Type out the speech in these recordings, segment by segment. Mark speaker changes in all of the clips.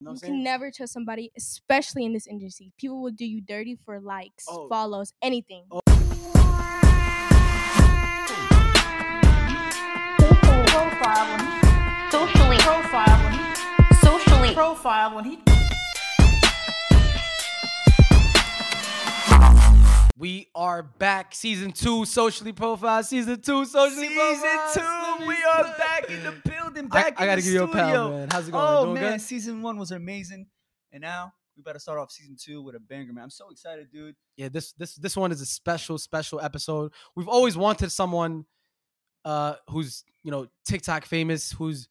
Speaker 1: know what I'm
Speaker 2: you
Speaker 1: saying?
Speaker 2: can never trust somebody, especially in this industry. People will do you dirty for likes,
Speaker 1: Oh.
Speaker 2: follows, anything.
Speaker 1: Oh.
Speaker 3: socially profile when he socially profile when he socially profile when he
Speaker 4: We are back, season two, socially profiled. Season two, socially
Speaker 1: Season
Speaker 4: profiled.
Speaker 1: two, we are back in the building.
Speaker 4: I-
Speaker 1: Back
Speaker 4: I,
Speaker 1: in
Speaker 4: gotta
Speaker 1: the
Speaker 4: give
Speaker 1: studio.
Speaker 4: you a pound, man. How's it going?
Speaker 1: Oh
Speaker 4: Doing
Speaker 1: man,
Speaker 4: good?
Speaker 1: season one was amazing, and now we better start off season two with a banger, man. I'm so excited, dude.
Speaker 4: Yeah, this this this one is a special special episode. We've always wanted someone uh who's you know TikTok famous, who's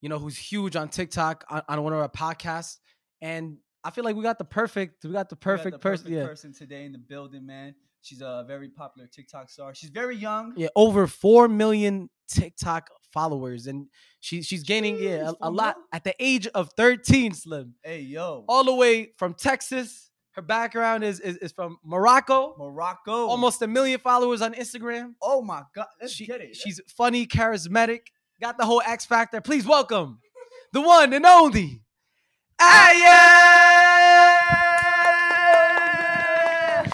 Speaker 4: you know who's huge on TikTok on, on one of our podcasts, and I feel like we got the perfect we got
Speaker 1: We
Speaker 4: the
Speaker 1: got
Speaker 4: perfect
Speaker 1: the
Speaker 4: person. Yeah,
Speaker 1: person today in the building, man. She's a very popular TikTok star. She's very young.
Speaker 4: yeah, over four million TikTok followers, and she she's gaining yeah
Speaker 1: Jeez,
Speaker 4: a, a
Speaker 1: for
Speaker 4: lot
Speaker 1: real?
Speaker 4: at the age of thirteen. Slim.
Speaker 1: Hey yo,
Speaker 4: all the way from Texas. Her background is is, is from Morocco.
Speaker 1: Morocco.
Speaker 4: Almost a million followers on Instagram.
Speaker 1: Oh my God, let's
Speaker 4: She-
Speaker 1: get it.
Speaker 4: She's funny, charismatic, got the whole X factor. Please welcome the one and only Aya.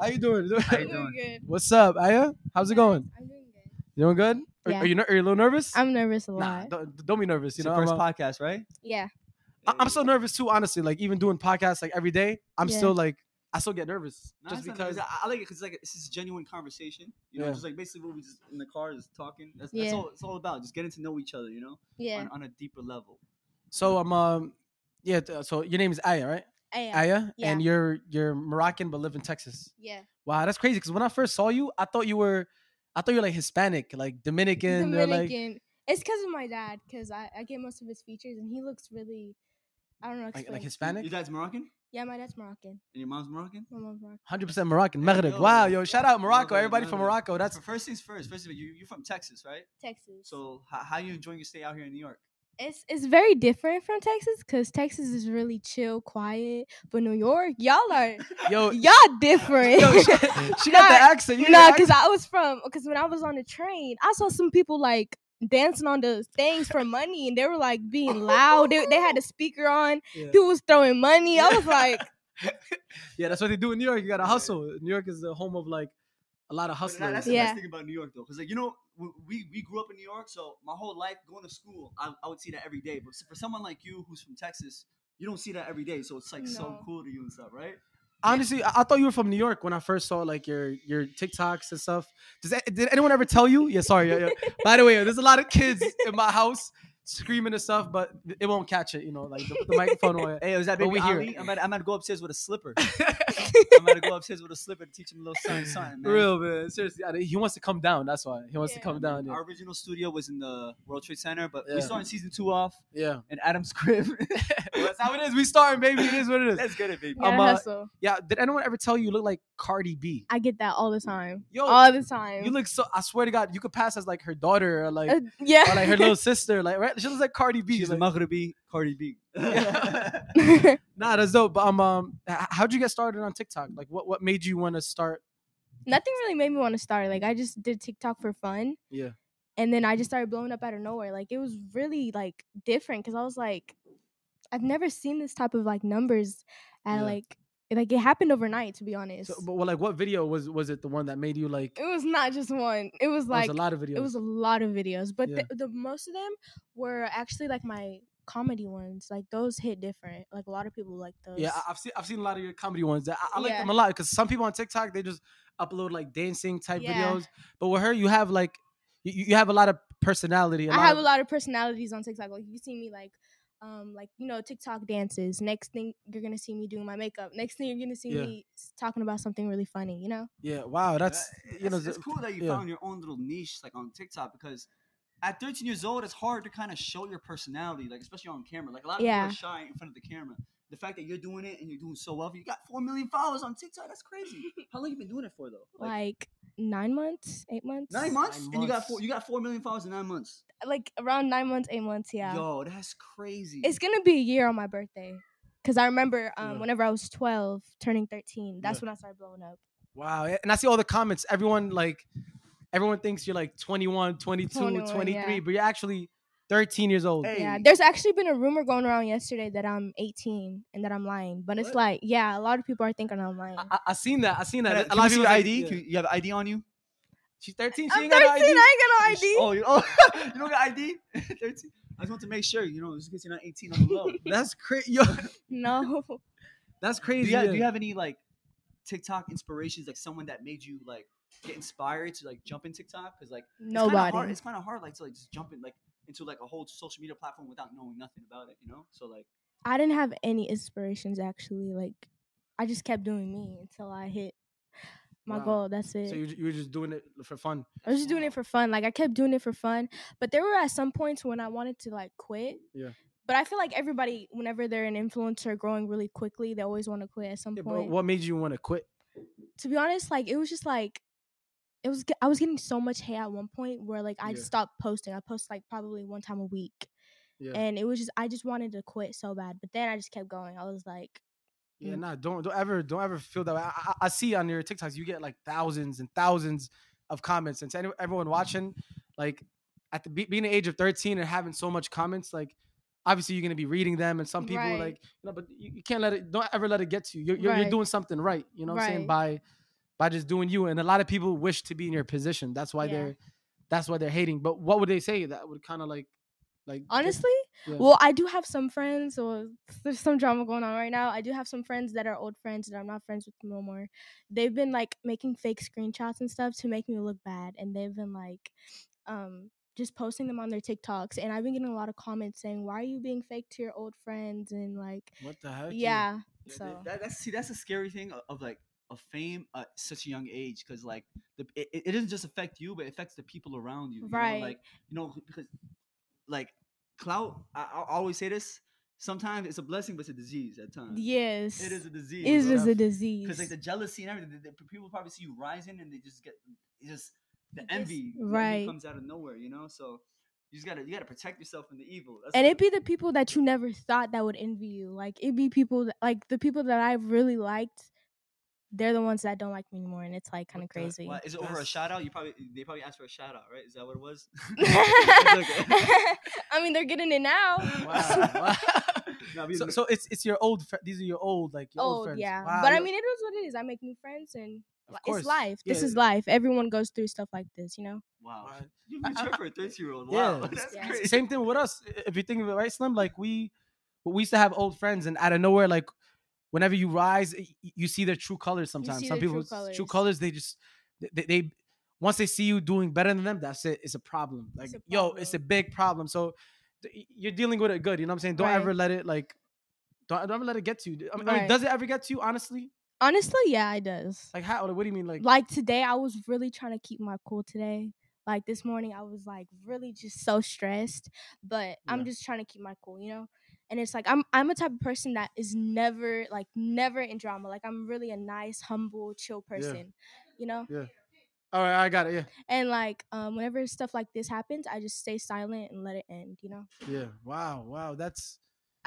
Speaker 4: How you doing?
Speaker 1: How you
Speaker 2: We're
Speaker 1: doing?
Speaker 2: good.
Speaker 4: What's up, Aya? How's it going?
Speaker 2: I'm doing good.
Speaker 4: You doing good? Are,
Speaker 2: Yeah.
Speaker 4: are you ner- are you a little nervous?
Speaker 2: I'm nervous a
Speaker 4: Nah,
Speaker 2: lot.
Speaker 4: don't, don't be nervous.
Speaker 1: It's
Speaker 4: You
Speaker 1: your
Speaker 4: know, I'm
Speaker 1: first
Speaker 4: a-
Speaker 1: podcast, right?
Speaker 2: yeah.
Speaker 4: I- I'm so nervous too, honestly. Like even doing podcasts like every day, I'm
Speaker 2: Yeah.
Speaker 4: still like I still get nervous
Speaker 1: Nah,
Speaker 4: just
Speaker 1: it's not
Speaker 4: because.
Speaker 1: nervous. I, I like it because like it's just genuine conversation. You know,
Speaker 4: Yeah.
Speaker 1: just like basically what we just in the car is talking. That's,
Speaker 2: Yeah.
Speaker 1: that's all. It's all about just getting to know each other. You know,
Speaker 2: Yeah.
Speaker 1: on, on a deeper level.
Speaker 4: So I'm um yeah. th- So your name is Aya, right?
Speaker 2: I am.
Speaker 4: Aya,
Speaker 2: Yeah.
Speaker 4: and you're you're Moroccan but live in Texas.
Speaker 2: yeah.
Speaker 4: Wow, that's crazy. Because when I first saw you, I thought you were, I thought you were like Hispanic, like Dominican. They're like
Speaker 2: Dominican. it's because of my dad, because I, I get most of his features, and he looks really, I don't know.
Speaker 4: like,
Speaker 2: explain.
Speaker 4: like
Speaker 1: Your
Speaker 4: Hispanic.
Speaker 1: dad's Moroccan and
Speaker 2: yeah, my dad's Moroccan.
Speaker 1: your mom's Moroccan.
Speaker 2: My mom's Moroccan.
Speaker 4: Hundred percent Moroccan.
Speaker 1: There you
Speaker 4: Maghreb.
Speaker 1: go.
Speaker 4: Wow, yo, shout out Morocco.
Speaker 1: Maghreb,
Speaker 4: Everybody from
Speaker 1: Maghreb.
Speaker 4: Morocco. That's
Speaker 1: So first things first. First of all, you you're from Texas, right?
Speaker 2: Texas.
Speaker 1: So how how you enjoying your stay out here in New York?
Speaker 2: it's it's very different from Texas, because Texas is really chill, quiet, but New York, y'all are
Speaker 4: yo, yo,
Speaker 2: y'all different.
Speaker 4: she, she got the
Speaker 2: Nah,
Speaker 4: accent. You
Speaker 2: no,
Speaker 4: got the
Speaker 2: because I was from because when I was on the train, I saw some people like dancing on the things for money, and they were like being loud. They, they had a speaker on.
Speaker 4: accent. Yeah.
Speaker 2: People was throwing money. I was like,
Speaker 4: yeah, that's what they do in New York. You gotta
Speaker 1: Yeah.
Speaker 4: hustle. New York is the home of like a lot
Speaker 1: But
Speaker 4: of
Speaker 1: that-
Speaker 4: hustlers.
Speaker 1: that's the
Speaker 2: Yeah.
Speaker 1: best thing about New York, though, because like you know, w- we we grew up in New York, so my whole life going to school, I, I would see that every day. But for someone like you who's from Texas, you don't see that every day, so it's like so
Speaker 2: No.
Speaker 1: cool to you and stuff, right?
Speaker 4: Honestly, I-, I thought you were from New York when I first saw like your your TikToks and stuff. Does that, did anyone ever tell you? Yeah, sorry. yeah, yeah. By the way, there's a lot of kids in my house screaming and stuff, but it won't catch it. You know, like the, the microphone. Won't.
Speaker 1: Hey, was that
Speaker 4: But
Speaker 1: baby
Speaker 4: we hear
Speaker 1: Ali?
Speaker 4: it.
Speaker 1: I'm about, I'm about to go upstairs with a slipper. I'm about to go upstairs with a slipper to teach him a little something, something, man.
Speaker 4: Real man, seriously. I- He wants to come down. That's why he wants to
Speaker 2: Yeah.
Speaker 4: come down. Yeah.
Speaker 1: Our original studio was in the World Trade Center, but
Speaker 4: Yeah.
Speaker 1: we started season two off
Speaker 4: yeah,
Speaker 1: in Adam's crib.
Speaker 4: that's how it is. We starting, baby. It is what it is.
Speaker 1: Let's get it, baby.
Speaker 2: you gotta
Speaker 4: I'm, uh,
Speaker 2: hustle.
Speaker 4: Yeah. Did anyone ever tell you look like Cardi B?
Speaker 2: I get that all the time.
Speaker 4: Yo,
Speaker 2: all the time.
Speaker 4: Oh, you look so. I swear to God, you could pass as like her daughter or like
Speaker 2: Uh, yeah.
Speaker 4: or like her little sister. Like right, she looks like Cardi B.
Speaker 1: She's
Speaker 4: like-
Speaker 1: a Maghrebi Cardi B.
Speaker 4: Yeah. Nah, that's dope. But um, um, h- how'd you get started on TikTok? Like, what what made you want to start?
Speaker 2: Nothing really made me want to start. Like I just did TikTok for fun,
Speaker 4: Yeah,
Speaker 2: and then I just started blowing up out of nowhere. Like it was really like different because I was like, I've never seen this type of like numbers at
Speaker 4: Yeah.
Speaker 2: like like it happened overnight. To be honest,
Speaker 4: so, but well, like, what video was was it the one that made you like?
Speaker 2: it was not just one. It was
Speaker 4: Like,
Speaker 2: like
Speaker 4: was a lot of videos.
Speaker 2: it was a lot of videos, but
Speaker 4: Yeah.
Speaker 2: the, the most of them were actually like my comedy ones. Like those hit different. Like a lot of people like those.
Speaker 4: yeah, I- I've seen I've seen a lot of your comedy ones. I, I like
Speaker 2: Yeah.
Speaker 4: them a lot because some people on TikTok they just upload like dancing type
Speaker 2: Yeah.
Speaker 4: videos. But with her, you have like you, you have a lot of personality. I
Speaker 2: I have a lot of personalities on TikTok. Like you see me like um like you know TikTok dances. Next thing you're gonna see me doing my makeup. Next thing you're gonna see
Speaker 4: Yeah.
Speaker 2: me s- talking about something really funny. You know?
Speaker 4: Yeah, wow, that's you know
Speaker 1: it's, it's
Speaker 4: the-
Speaker 1: cool that you
Speaker 4: yeah.
Speaker 1: found your own little niche like on TikTok because at 13 years old, it's hard to kind of show your personality, like especially on camera. Like a lot of
Speaker 2: Yeah.
Speaker 1: people are shy in front of the camera. The fact that you're doing it and you're doing so well, you got four million followers on TikTok. That's crazy. How long you been doing it for though?
Speaker 2: Like, nine months, eight months.
Speaker 1: nine months,
Speaker 4: Nine
Speaker 1: and you got
Speaker 4: months.
Speaker 1: four. You got four million followers in nine months.
Speaker 2: Like around nine months, eight months. Yeah.
Speaker 1: Yo, that's crazy.
Speaker 2: It's gonna be a year on my birthday. Cause I remember um,
Speaker 4: Yeah.
Speaker 2: whenever I was twelve, turning thirteen, that's
Speaker 4: Yeah.
Speaker 2: when I started blowing up.
Speaker 4: wow, and I see all the comments. Everyone like everyone thinks you're like 21, 22,
Speaker 2: 21,
Speaker 4: 23,
Speaker 2: yeah.
Speaker 4: but you're actually 13 years old.
Speaker 1: Hey.
Speaker 2: Yeah, there's actually been a rumor going around yesterday that I'm 18 and that I'm lying, but it's
Speaker 4: What?
Speaker 2: like, yeah, a lot of people are thinking I'm lying.
Speaker 4: I, I- I seen that. I seen
Speaker 1: Can I-
Speaker 4: that.
Speaker 1: can we see
Speaker 4: people
Speaker 1: your
Speaker 4: was like,
Speaker 1: ID?
Speaker 4: yeah.
Speaker 1: Can you, you have ID on you?
Speaker 4: She's 13. She
Speaker 2: I'm 13.
Speaker 4: ain't got no
Speaker 2: I
Speaker 4: ID.
Speaker 2: ain't got no ID.
Speaker 1: Oh, you, oh, you don't got ID? 13? I just want to make sure, you know, just in case you're not 18 on the low.
Speaker 4: That's crazy. Yo,
Speaker 2: No.
Speaker 4: that's
Speaker 1: do,
Speaker 4: crazy.
Speaker 1: you have, do
Speaker 4: yeah.
Speaker 1: you have any like TikTok inspirations, like someone that made you like get inspired to like jump in TikTok? Because like it's kinda hard-
Speaker 2: Nobody.
Speaker 1: It's kind of hard, like to like just jump in like into like a whole social media platform without knowing nothing about it, you know? So like,
Speaker 2: I didn't have any inspirations actually. Like, I just kept doing me until I hit my
Speaker 1: Wow.
Speaker 2: goal. That's it.
Speaker 4: So you you were just doing it for fun.
Speaker 2: I was just doing it
Speaker 1: Wow.
Speaker 2: for fun. Like I kept doing it for fun. But there were at some points when I wanted to like quit.
Speaker 4: Yeah.
Speaker 2: But I feel like everybody, whenever they're an influencer growing really quickly, they always want to quit at some
Speaker 4: Yeah, but
Speaker 2: point.
Speaker 4: what made you want to quit?
Speaker 2: to be honest, like it was just like it was ge- I was getting so much hate at one point where like I
Speaker 4: Yeah.
Speaker 2: just stopped posting. I post like probably one time a week.
Speaker 4: Yeah.
Speaker 2: And it was just I just wanted to quit so bad. But then I just kept going. I was like
Speaker 4: Yeah,
Speaker 2: Mm.
Speaker 4: nah, don't don't ever don't ever feel that way. I, I, I see on your TikToks you get like thousands and thousands of comments, and to any, everyone watching, like at the be- being the age of thirteen and having so much comments, like obviously you're gonna be reading them, and some people
Speaker 2: Right.
Speaker 4: like you know, but you, you can't let it. Don't ever let it get to you. You're you're, you're
Speaker 2: Right.
Speaker 4: doing something right. You know what I'm saying by by just doing you. And a lot of people wish to be in your position. That's why
Speaker 2: Yeah.
Speaker 4: they're that's why they're hating. But what would they say that would kind of like like get-
Speaker 2: honestly
Speaker 4: yeah.
Speaker 2: well i do have some friends or there's some drama going on right now i do have some friends that are old friends that i'm not friends with no more they've been like making fake screenshots and stuff to make me look bad and they've been like um just posting them on their tiktoks and i've been getting a lot of comments saying why are you being fake to your old friends and like
Speaker 4: what the heck?
Speaker 2: yeah
Speaker 1: Yeah,
Speaker 2: so
Speaker 1: that, that's see that's a scary thing of, of like of fame at such a young age because like the it, it it doesn't just affect you but it affects the people around you, you know,
Speaker 2: Right.
Speaker 1: like you know because like clout I, I always say this sometimes it's a blessing but it's a disease at times
Speaker 2: yes
Speaker 1: it is a disease
Speaker 2: it
Speaker 4: bro.
Speaker 2: is a
Speaker 1: because
Speaker 2: disease
Speaker 1: like the jealousy and everything the, the people probably see you rising and they just get it just the
Speaker 2: It just-
Speaker 1: envy the envy
Speaker 2: right.
Speaker 1: comes out of nowhere you know so you just gotta you gotta protect yourself from the evil that's
Speaker 2: and
Speaker 1: what-
Speaker 2: it'd be the people that you never thought that would envy you. Like it'd be people that, like the people that I really liked. They're the ones that don't like me anymore, and it's like kind of
Speaker 4: the-
Speaker 2: crazy.
Speaker 1: Why, is it over a
Speaker 4: That's-
Speaker 1: shout out? You probably they probably asked for a shout out, right? Is that what it was? It's okay.
Speaker 2: I mean, they're getting it now.
Speaker 4: Wow.
Speaker 1: No, we-
Speaker 4: so,
Speaker 1: we-
Speaker 4: so it's it's your old fri- these are your old like your old,
Speaker 2: Oh
Speaker 4: friends.
Speaker 2: yeah,
Speaker 4: Wow,
Speaker 2: but I
Speaker 4: yo-
Speaker 2: mean, it is what it is. I make new friends, and
Speaker 4: of course.
Speaker 2: it's life. This
Speaker 4: Yeah,
Speaker 2: is life. Everyone goes through stuff like this, you know.
Speaker 1: wow,
Speaker 4: Right.
Speaker 1: you mature for a thirty year old.
Speaker 4: Yeah,
Speaker 1: Wow, that's
Speaker 2: Yeah.
Speaker 1: crazy.
Speaker 4: Same thing with us. i- If you think of it right, Slim, like we we used to have old friends, and out of nowhere, like whenever you rise, y- y- you see their true colors. Sometimes
Speaker 2: see
Speaker 4: some
Speaker 2: their true
Speaker 4: people's true
Speaker 2: colours.
Speaker 4: colors, they just they, they once they see you doing better than them, that's it. It's a problem. Like
Speaker 2: It's a
Speaker 4: yo, it's a big problem. So th- y- you're dealing with it good. You know what I'm saying? Don't
Speaker 2: Right.
Speaker 4: ever let it like. Don't, don't ever let it get to you. I mean, I mean,
Speaker 2: Right.
Speaker 4: does it ever get to you? Honestly,
Speaker 2: Honestly, yeah, it does.
Speaker 4: like how? What do you mean? Like,
Speaker 2: like today i was really trying to keep my cool today like this morning i was like really just so stressed but
Speaker 4: Yeah.
Speaker 2: i'm just trying to keep my cool you know and it's like i'm i'm a type of person that is never like never in drama like i'm really a nice humble chill person you know
Speaker 4: all right, I got it. Yeah.
Speaker 2: and like um whenever stuff like this happens i just stay silent and let it end you know
Speaker 4: Yeah. Wow. Wow. That's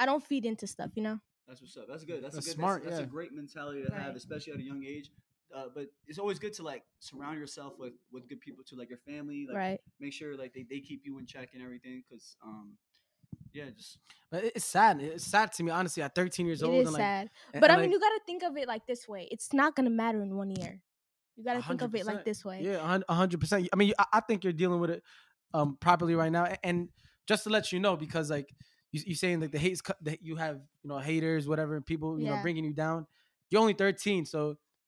Speaker 2: i don't feed into stuff you know
Speaker 1: That's what's up. That's good. That's,
Speaker 4: That's
Speaker 1: a good,
Speaker 4: smart,
Speaker 1: That's,
Speaker 4: yeah.
Speaker 1: that's a great mentality to have,
Speaker 2: Right.
Speaker 1: especially at a young age. Uh, but it's always good to like surround yourself with with good people too, like your family. Like
Speaker 2: right
Speaker 1: make sure like they, they keep you in check and everything, because um, yeah, just
Speaker 4: but it- it's sad. It's sad to me, honestly. At 13 years
Speaker 2: it
Speaker 4: old,
Speaker 2: is
Speaker 4: and like,
Speaker 2: sad
Speaker 4: and-
Speaker 2: but i
Speaker 4: and,
Speaker 2: mean
Speaker 4: like,
Speaker 2: you gotta think of it like this way it's not gonna matter in one year you gotta think of it
Speaker 4: 100%.
Speaker 2: like this way
Speaker 4: yeah, a hun- a hundred percent. I mean, I, I think you're dealing with it um properly right now. a- And just to let you know, because like you, you're saying, like the hates cut- that you have, you know, haters, whatever, and people, you know,
Speaker 2: Yeah.
Speaker 4: bringing you down. You're only 13, so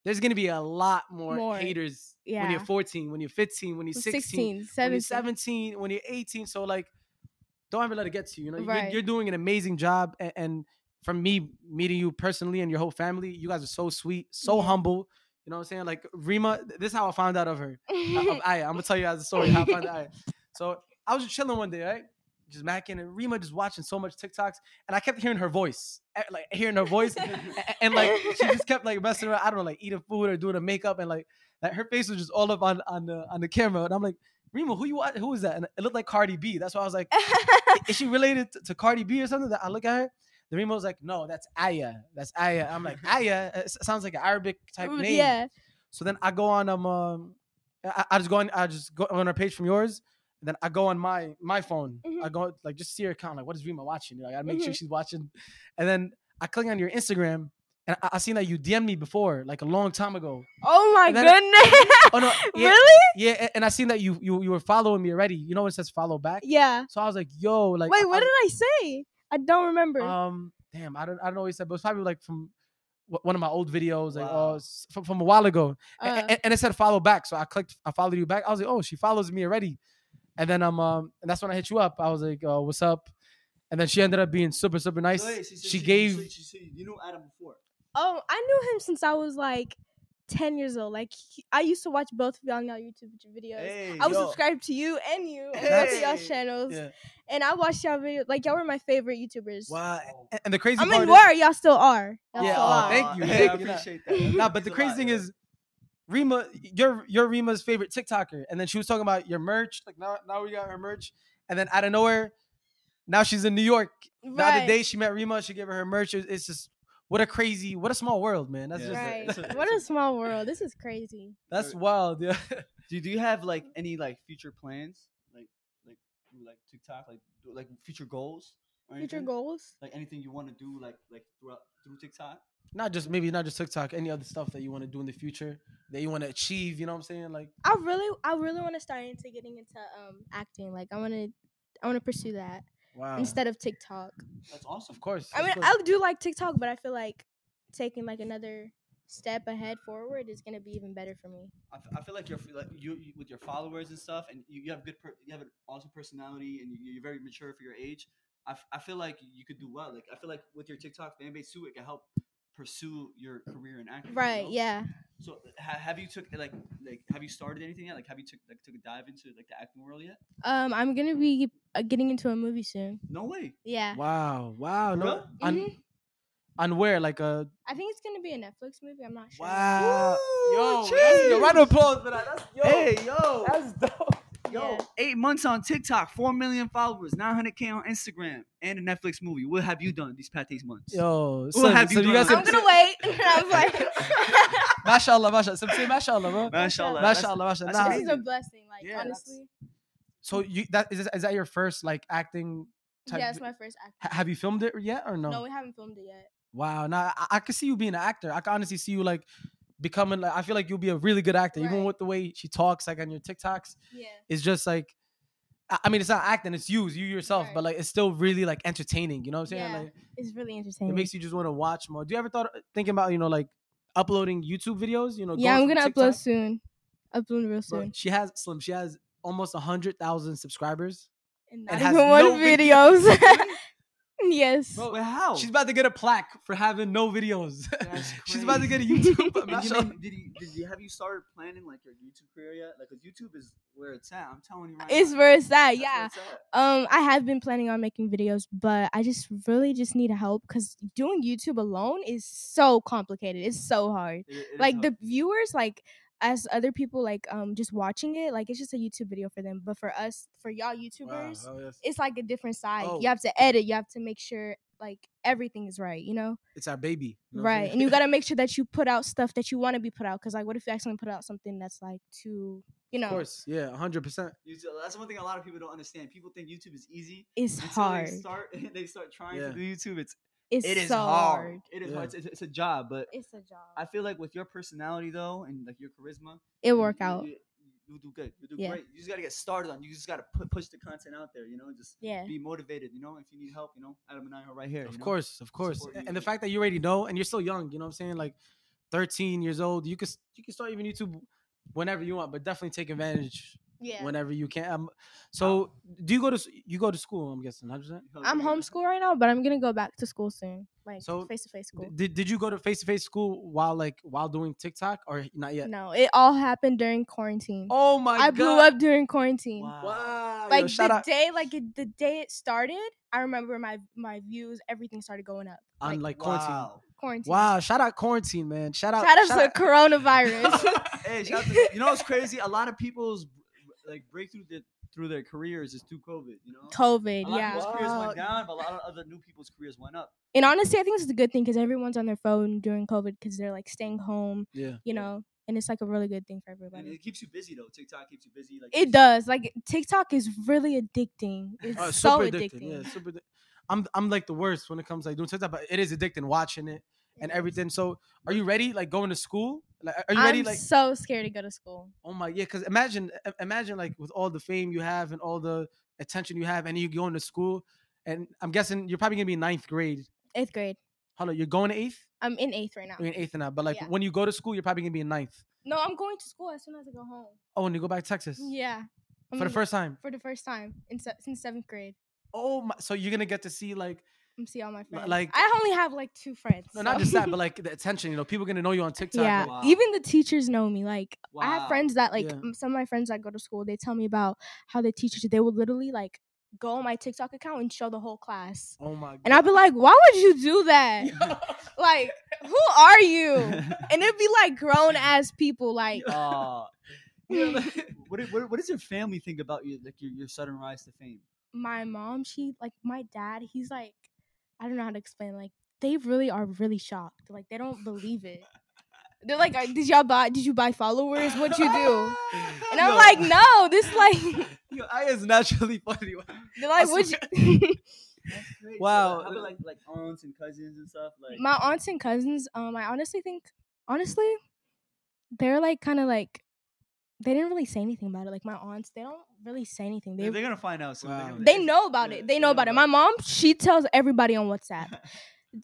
Speaker 4: there's gonna be a lot more,
Speaker 2: More,
Speaker 4: haters when you're
Speaker 2: yeah. 14,
Speaker 4: 14, when you're 15, when you're
Speaker 2: 16
Speaker 4: 16, when you're
Speaker 2: 17
Speaker 4: 17, when you're 18. So like, don't ever let it get to you. You know, You're- you're,
Speaker 2: Right.
Speaker 4: doing an amazing job, and, and from me meeting you personally and your whole family, you guys are so sweet, so
Speaker 2: Yeah.
Speaker 4: humble. You know what I'm saying? Like Rima, th- this is how I found out of her. I, am gonna tell you guys a story how I found out. Aya. So I was just chilling one day, right? Just macking and Rima just watching so much TikToks, and I kept hearing her voice, eh, like hearing her voice, a- a- and like she just kept like messing around. I don't know, like eating food or doing her makeup, and like like her face was just all up on on the on the camera, and I'm like, Rima, who you wa- who is that? And it looked like Cardi B. That's why I was like, is she related to, to Cardi B or something? That I look at her. The Rima was like, no, that's Aya. That's Aya. I'm like, Aya uh, s- sounds like an Arabic type
Speaker 2: Ooh,
Speaker 4: name.
Speaker 2: Yeah.
Speaker 4: So then I go on um, um I, I just go on I just go on her page from yours then I go on my my phone.
Speaker 2: Mhm.
Speaker 4: I go like just see her account. Like, what is Rima watching? Like, I make sure
Speaker 2: Mhm.
Speaker 4: she's watching. And then I click on your Instagram, and I, I seen that you DM'd me before, like a long time ago.
Speaker 2: Oh my
Speaker 4: And then I-
Speaker 2: goodness.
Speaker 4: Oh no, yeah,
Speaker 2: really?
Speaker 4: yeah. a- And I seen that you you you were following me already. You know when it says follow back.
Speaker 2: Yeah.
Speaker 4: So I was like, yo, like um
Speaker 2: Wait,
Speaker 4: I-
Speaker 2: what did I say? I don't remember.
Speaker 4: um, damn, I don't, I don't know what he said, but it's probably like from wh- one of my old videos, like
Speaker 1: Wow.
Speaker 4: oh, s- from, from a while ago, A- a-
Speaker 2: Uh,
Speaker 4: and, it said follow back. So I clicked, I followed you back. I was like, oh, she follows me already, and then um, um, and that's when I hit you up. I was like, uh, what's up? And then she ended up being super, super nice.
Speaker 1: No, yeah,
Speaker 4: she,
Speaker 1: said
Speaker 4: gave,
Speaker 1: She, she, she, you knew Adam before.
Speaker 2: oh, I knew him since I was like 10 years old. Like, he- I used to watch both of y'all now YouTube videos.
Speaker 1: Hey,
Speaker 2: I was
Speaker 1: yo.
Speaker 2: subscribed to you and you on both of
Speaker 1: That's-
Speaker 2: y'all channels,
Speaker 4: yeah.
Speaker 2: and I watched y'all videos. Like y'all were my favorite YouTubers.
Speaker 4: Wow. And, and the crazy
Speaker 2: I
Speaker 4: part
Speaker 2: mean,
Speaker 4: is-
Speaker 2: were y'all still are? Y'all
Speaker 4: Yeah,
Speaker 2: still
Speaker 4: aw,
Speaker 2: are.
Speaker 4: Oh, thank you.
Speaker 1: Yeah, oh,
Speaker 4: Thank
Speaker 1: I
Speaker 4: you. Nah.
Speaker 1: appreciate that. That
Speaker 4: nah, but the
Speaker 1: means a
Speaker 4: crazy
Speaker 1: lot,
Speaker 4: thing
Speaker 1: yeah.
Speaker 4: is, Rima, you're you're Rima's favorite TikToker, and then she was talking about your merch. Like now, now we got her merch, and then out of nowhere, now she's in New York. Now the
Speaker 2: Right.
Speaker 4: day she met Rima, she gave her her merch. It's- It's just what a crazy, what a small world, man. That's
Speaker 1: Yeah.
Speaker 4: just
Speaker 2: Right.
Speaker 1: it's a-
Speaker 2: what a
Speaker 1: it's
Speaker 2: small world. This is crazy.
Speaker 4: that's wild. Yeah.
Speaker 1: do, do you have like
Speaker 2: Uh-huh.
Speaker 1: any like future plans, like like do, like TikTok, like do, like future goals? Or
Speaker 2: Future
Speaker 1: anything?
Speaker 2: goals?
Speaker 1: Like anything you want to do, like like throughout through TikTok.
Speaker 4: Not just maybe not just TikTok, any other stuff that you want to do in the future that you want to achieve. You know what I'm saying? Like
Speaker 2: I really, I really want to start into getting into um acting. Like I want to, I want to pursue that
Speaker 4: wow.
Speaker 2: instead of TikTok.
Speaker 1: That's awesome.
Speaker 4: of course.
Speaker 2: I
Speaker 4: of
Speaker 2: mean,
Speaker 4: course.
Speaker 2: I do like TikTok, but I feel like taking like another step ahead forward is gonna be even better for me.
Speaker 1: I, f- I feel like you're f- like you, you with your followers and stuff, and you, you have good per- you have an awesome personality, and you, you're very mature for your age. I, f- I feel like you could do well. Like I feel like with your TikTok fan base too, it can help pursue your career in acting. you
Speaker 2: Right?
Speaker 1: know?
Speaker 2: Yeah.
Speaker 1: So ha- have you took like like have you started anything yet? Like have you took like took a dive into like the acting world yet?
Speaker 2: Um, I'm gonna be uh, getting into a movie soon.
Speaker 1: No way.
Speaker 2: Yeah. Mm-hmm.
Speaker 4: wow. Wow. No.
Speaker 1: Really?
Speaker 4: On, on where like a
Speaker 2: I think it's gonna be a Netflix movie. I'm not sure.
Speaker 4: Wow.
Speaker 1: Woo,
Speaker 4: yo, that's- yo,
Speaker 1: cheers.
Speaker 4: round of applause for that. That's, yo,
Speaker 1: yo,
Speaker 4: that's dope.
Speaker 1: yo,
Speaker 2: Yeah.
Speaker 1: eight months on TikTok, four million followers, nine hundred k on Instagram, and a Netflix movie. What have you done these past eight months?
Speaker 4: Yo,
Speaker 1: We'll have you
Speaker 4: guys
Speaker 1: doing
Speaker 2: I'm
Speaker 1: it.
Speaker 4: have-
Speaker 2: gonna wait. I'm like,
Speaker 4: mashallah, mashallah. Some say mashallah, bro.
Speaker 1: Mashallah, that's-
Speaker 4: Mashallah, mashallah.
Speaker 1: that's
Speaker 2: this
Speaker 4: Nah.
Speaker 2: is a blessing. Like
Speaker 1: Yeah, that's-
Speaker 2: honestly,
Speaker 4: So you that is, this- is that your first like acting? Type
Speaker 2: yeah, it's
Speaker 4: vi-
Speaker 2: my first acting.
Speaker 4: Ha- have you filmed it yet or no?
Speaker 2: No, we haven't filmed it yet.
Speaker 4: Wow. Nah, I, I could see you being an actor. I can honestly see you like becoming. Like, I feel like you'll be a really good actor, even
Speaker 2: Right.
Speaker 4: with the way she talks, like on your TikToks.
Speaker 2: Yeah.
Speaker 4: It's just like. I- I mean, it's not acting; it's you, it's you yourself.
Speaker 2: Right.
Speaker 4: But like, it's still really like entertaining. You know what I'm saying?
Speaker 2: Yeah.
Speaker 4: Like,
Speaker 2: It's really entertaining.
Speaker 4: it makes you just want to watch more. Do you ever thought thinking about you know like uploading YouTube videos? You know,
Speaker 2: yeah, I'm
Speaker 4: going
Speaker 2: gonna
Speaker 4: from
Speaker 2: upload
Speaker 4: TikTok?
Speaker 2: soon. Upload real
Speaker 4: Bro,
Speaker 2: soon.
Speaker 4: She has Slim. She has almost a hundred thousand subscribers.
Speaker 2: And
Speaker 4: it
Speaker 2: not
Speaker 4: has
Speaker 2: even one
Speaker 4: no video.
Speaker 2: videos. yes.
Speaker 4: Bro,
Speaker 1: But how?
Speaker 4: She's about to get a plaque for having no videos.
Speaker 1: Oh. That's
Speaker 4: She's about to get a
Speaker 1: crazy.
Speaker 4: YouTube.
Speaker 1: Did you,
Speaker 4: mashallah.
Speaker 1: make- did you, did you- have you started planning like your YouTube career yet? Like, 'cause YouTube is where it's at. I'm telling you right
Speaker 2: It's
Speaker 1: now.
Speaker 2: where it's at.
Speaker 1: That's where
Speaker 2: Yeah.
Speaker 1: it's at.
Speaker 2: Um, I have been planning on making videos, but I just really just need help because doing YouTube alone is so complicated. It's so hard.
Speaker 1: It- it is
Speaker 2: Like
Speaker 1: hard.
Speaker 2: the viewers, like as other people, like um, just watching it, like it's just a YouTube video for them. But for us, for y'all YouTubers, it's like a different side.
Speaker 4: Oh.
Speaker 2: You have to edit. You have to make sure like everything is right. You know.
Speaker 4: It's our baby. you know what I'm
Speaker 2: Right.
Speaker 4: saying?
Speaker 2: And you got to make sure that you put out stuff that you want to be put out. Cause like, what if you accidentally put out something that's like too, you
Speaker 4: Of
Speaker 2: know,
Speaker 4: course. Yeah, hundred percent.
Speaker 1: YouTube- that's one thing a lot of people don't understand. People think YouTube is easy.
Speaker 2: it's
Speaker 1: Until
Speaker 2: hard.
Speaker 1: they start, they start trying
Speaker 4: Yeah.
Speaker 1: to do YouTube. It's
Speaker 2: It's
Speaker 1: it is
Speaker 2: so
Speaker 1: hard.
Speaker 2: hard.
Speaker 1: It is
Speaker 4: Yeah.
Speaker 1: hard. It's, it's- it's a job, but
Speaker 2: It's a job.
Speaker 1: I feel like with your personality though, and like your charisma,
Speaker 2: It'll
Speaker 1: you-
Speaker 2: work
Speaker 1: you-
Speaker 2: out.
Speaker 1: You, you do good. You do
Speaker 2: Yeah.
Speaker 1: great. You just gotta get started on. You just gotta put, push the content out there. You know, just
Speaker 2: Yeah.
Speaker 1: be motivated. You know, if you need help, you know, Adam and I are right here.
Speaker 4: Of
Speaker 1: you know?
Speaker 4: course, of course.
Speaker 1: Support
Speaker 4: A-
Speaker 1: you.
Speaker 4: And the fact that you already know and you're still young, you know what I'm saying? Like 13 years old, you could s- you can start even YouTube whenever you want, but definitely take advantage
Speaker 2: Yeah.
Speaker 4: whenever you can. Um, so do you go to s- you go to school? I'm guessing 100.
Speaker 1: Hell
Speaker 2: I'm
Speaker 1: yeah.
Speaker 2: homeschool right now, but I'm going to go back to school soon. Like
Speaker 4: So,
Speaker 2: face to face school.
Speaker 4: Did Did you go to face to face school while like while doing TikTok or not yet?
Speaker 2: No, it all happened during quarantine.
Speaker 4: Oh my
Speaker 2: I
Speaker 4: god!
Speaker 2: blew up during quarantine.
Speaker 1: Wow.
Speaker 4: Wow! yo,
Speaker 2: Like
Speaker 4: shout
Speaker 2: the
Speaker 4: out
Speaker 2: day, like it, the day it started, I remember my my views, everything started going up.
Speaker 4: on like quarantine. Wow!
Speaker 1: Wow.
Speaker 2: quarantine.
Speaker 4: Shout out quarantine, man! Shout out!
Speaker 2: Shout out to coronavirus.
Speaker 1: hey, shout out to- you know what's crazy? A lot of people's like breakthrough that through their careers is through COVID. You know,
Speaker 2: COVID,
Speaker 1: a lot
Speaker 2: yeah.
Speaker 1: of people's careers
Speaker 4: Wow.
Speaker 1: went down, but a lot of other new people's careers went up.
Speaker 2: And honestly, I think this is a good thing because everyone's on their phone during COVID because they're like staying home,
Speaker 4: yeah.
Speaker 2: you know, and it's like a really good thing for
Speaker 1: And
Speaker 2: everybody.
Speaker 1: it keeps you busy though. TikTok keeps you busy. Like
Speaker 2: It does. Like TikTok is really addicting. It's
Speaker 4: Uh,
Speaker 2: so
Speaker 4: super addicting,
Speaker 2: addicting.
Speaker 4: Yeah, super. addic- I'm I'm like the worst when it comes to like doing TikTok, but it is addicting watching it and everything. So, are you ready? Like going to school? Like, are you
Speaker 2: I'm
Speaker 4: ready? Like,
Speaker 2: so scared to go to school.
Speaker 4: oh my, yeah. Because imagine, i- imagine like with all the fame you have and all the attention you have, and you going to school, and I'm guessing you're probably gonna be in ninth grade.
Speaker 2: Eighth grade.
Speaker 4: Hello, you're going to eighth.
Speaker 2: I'm in eighth right now.
Speaker 4: You're in eighth and now, but like
Speaker 2: Yeah.
Speaker 4: when you go to school, you're probably gonna be in ninth.
Speaker 2: No, I'm going to school as soon as I go home.
Speaker 4: Oh, and you go back to Texas
Speaker 2: Yeah. I'm
Speaker 4: for the
Speaker 2: gonna-
Speaker 4: first time.
Speaker 2: for the first time in se- since seventh grade.
Speaker 4: Oh my! So you're gonna get to see like
Speaker 2: I'm see all my friends.
Speaker 4: like-
Speaker 2: I only have like two friends.
Speaker 4: no, not
Speaker 2: so-
Speaker 4: just that, but like the attention. You know, people gonna know you on TikTok.
Speaker 2: yeah,
Speaker 4: like,
Speaker 1: Wow.
Speaker 2: even the teachers know me. Like I
Speaker 1: Wow.
Speaker 2: have friends that like
Speaker 4: Yeah.
Speaker 2: m some of my friends that go to school. They tell me about how the teachers they would literally like go on my TikTok account and show the whole class.
Speaker 4: oh my! God.
Speaker 2: And I'd be like, why would you do that? Like, who are you? And it'd be like grown ass people. Like,
Speaker 1: Aw. Yeah, like, what, do- what, what does your family think about you? Like your, your sudden rise to fame.
Speaker 2: my mom, she like my dad, he's like, I don't know how to explain. Like they really are really shocked. Like they don't believe it. They're like, "Uh, did y'all buy? Did you buy followers? What you do? And I'm
Speaker 4: Yo.
Speaker 2: like, no. This like,
Speaker 4: Yo, I is naturally funny.
Speaker 2: they're like, would you?
Speaker 4: Wow.
Speaker 1: How about like like aunts and cousins and stuff? Like
Speaker 2: my aunts and cousins. Um, I honestly think, honestly, they're like kind of like, they didn't really say anything about it. Like my aunts, they don't really say anything.
Speaker 1: they,
Speaker 2: They
Speaker 1: are gonna find out soon. They're
Speaker 4: Wow.
Speaker 1: gonna-
Speaker 2: they know about
Speaker 1: Yeah,
Speaker 2: it. They know about it.
Speaker 1: about
Speaker 2: My mom, she tells everybody on WhatsApp.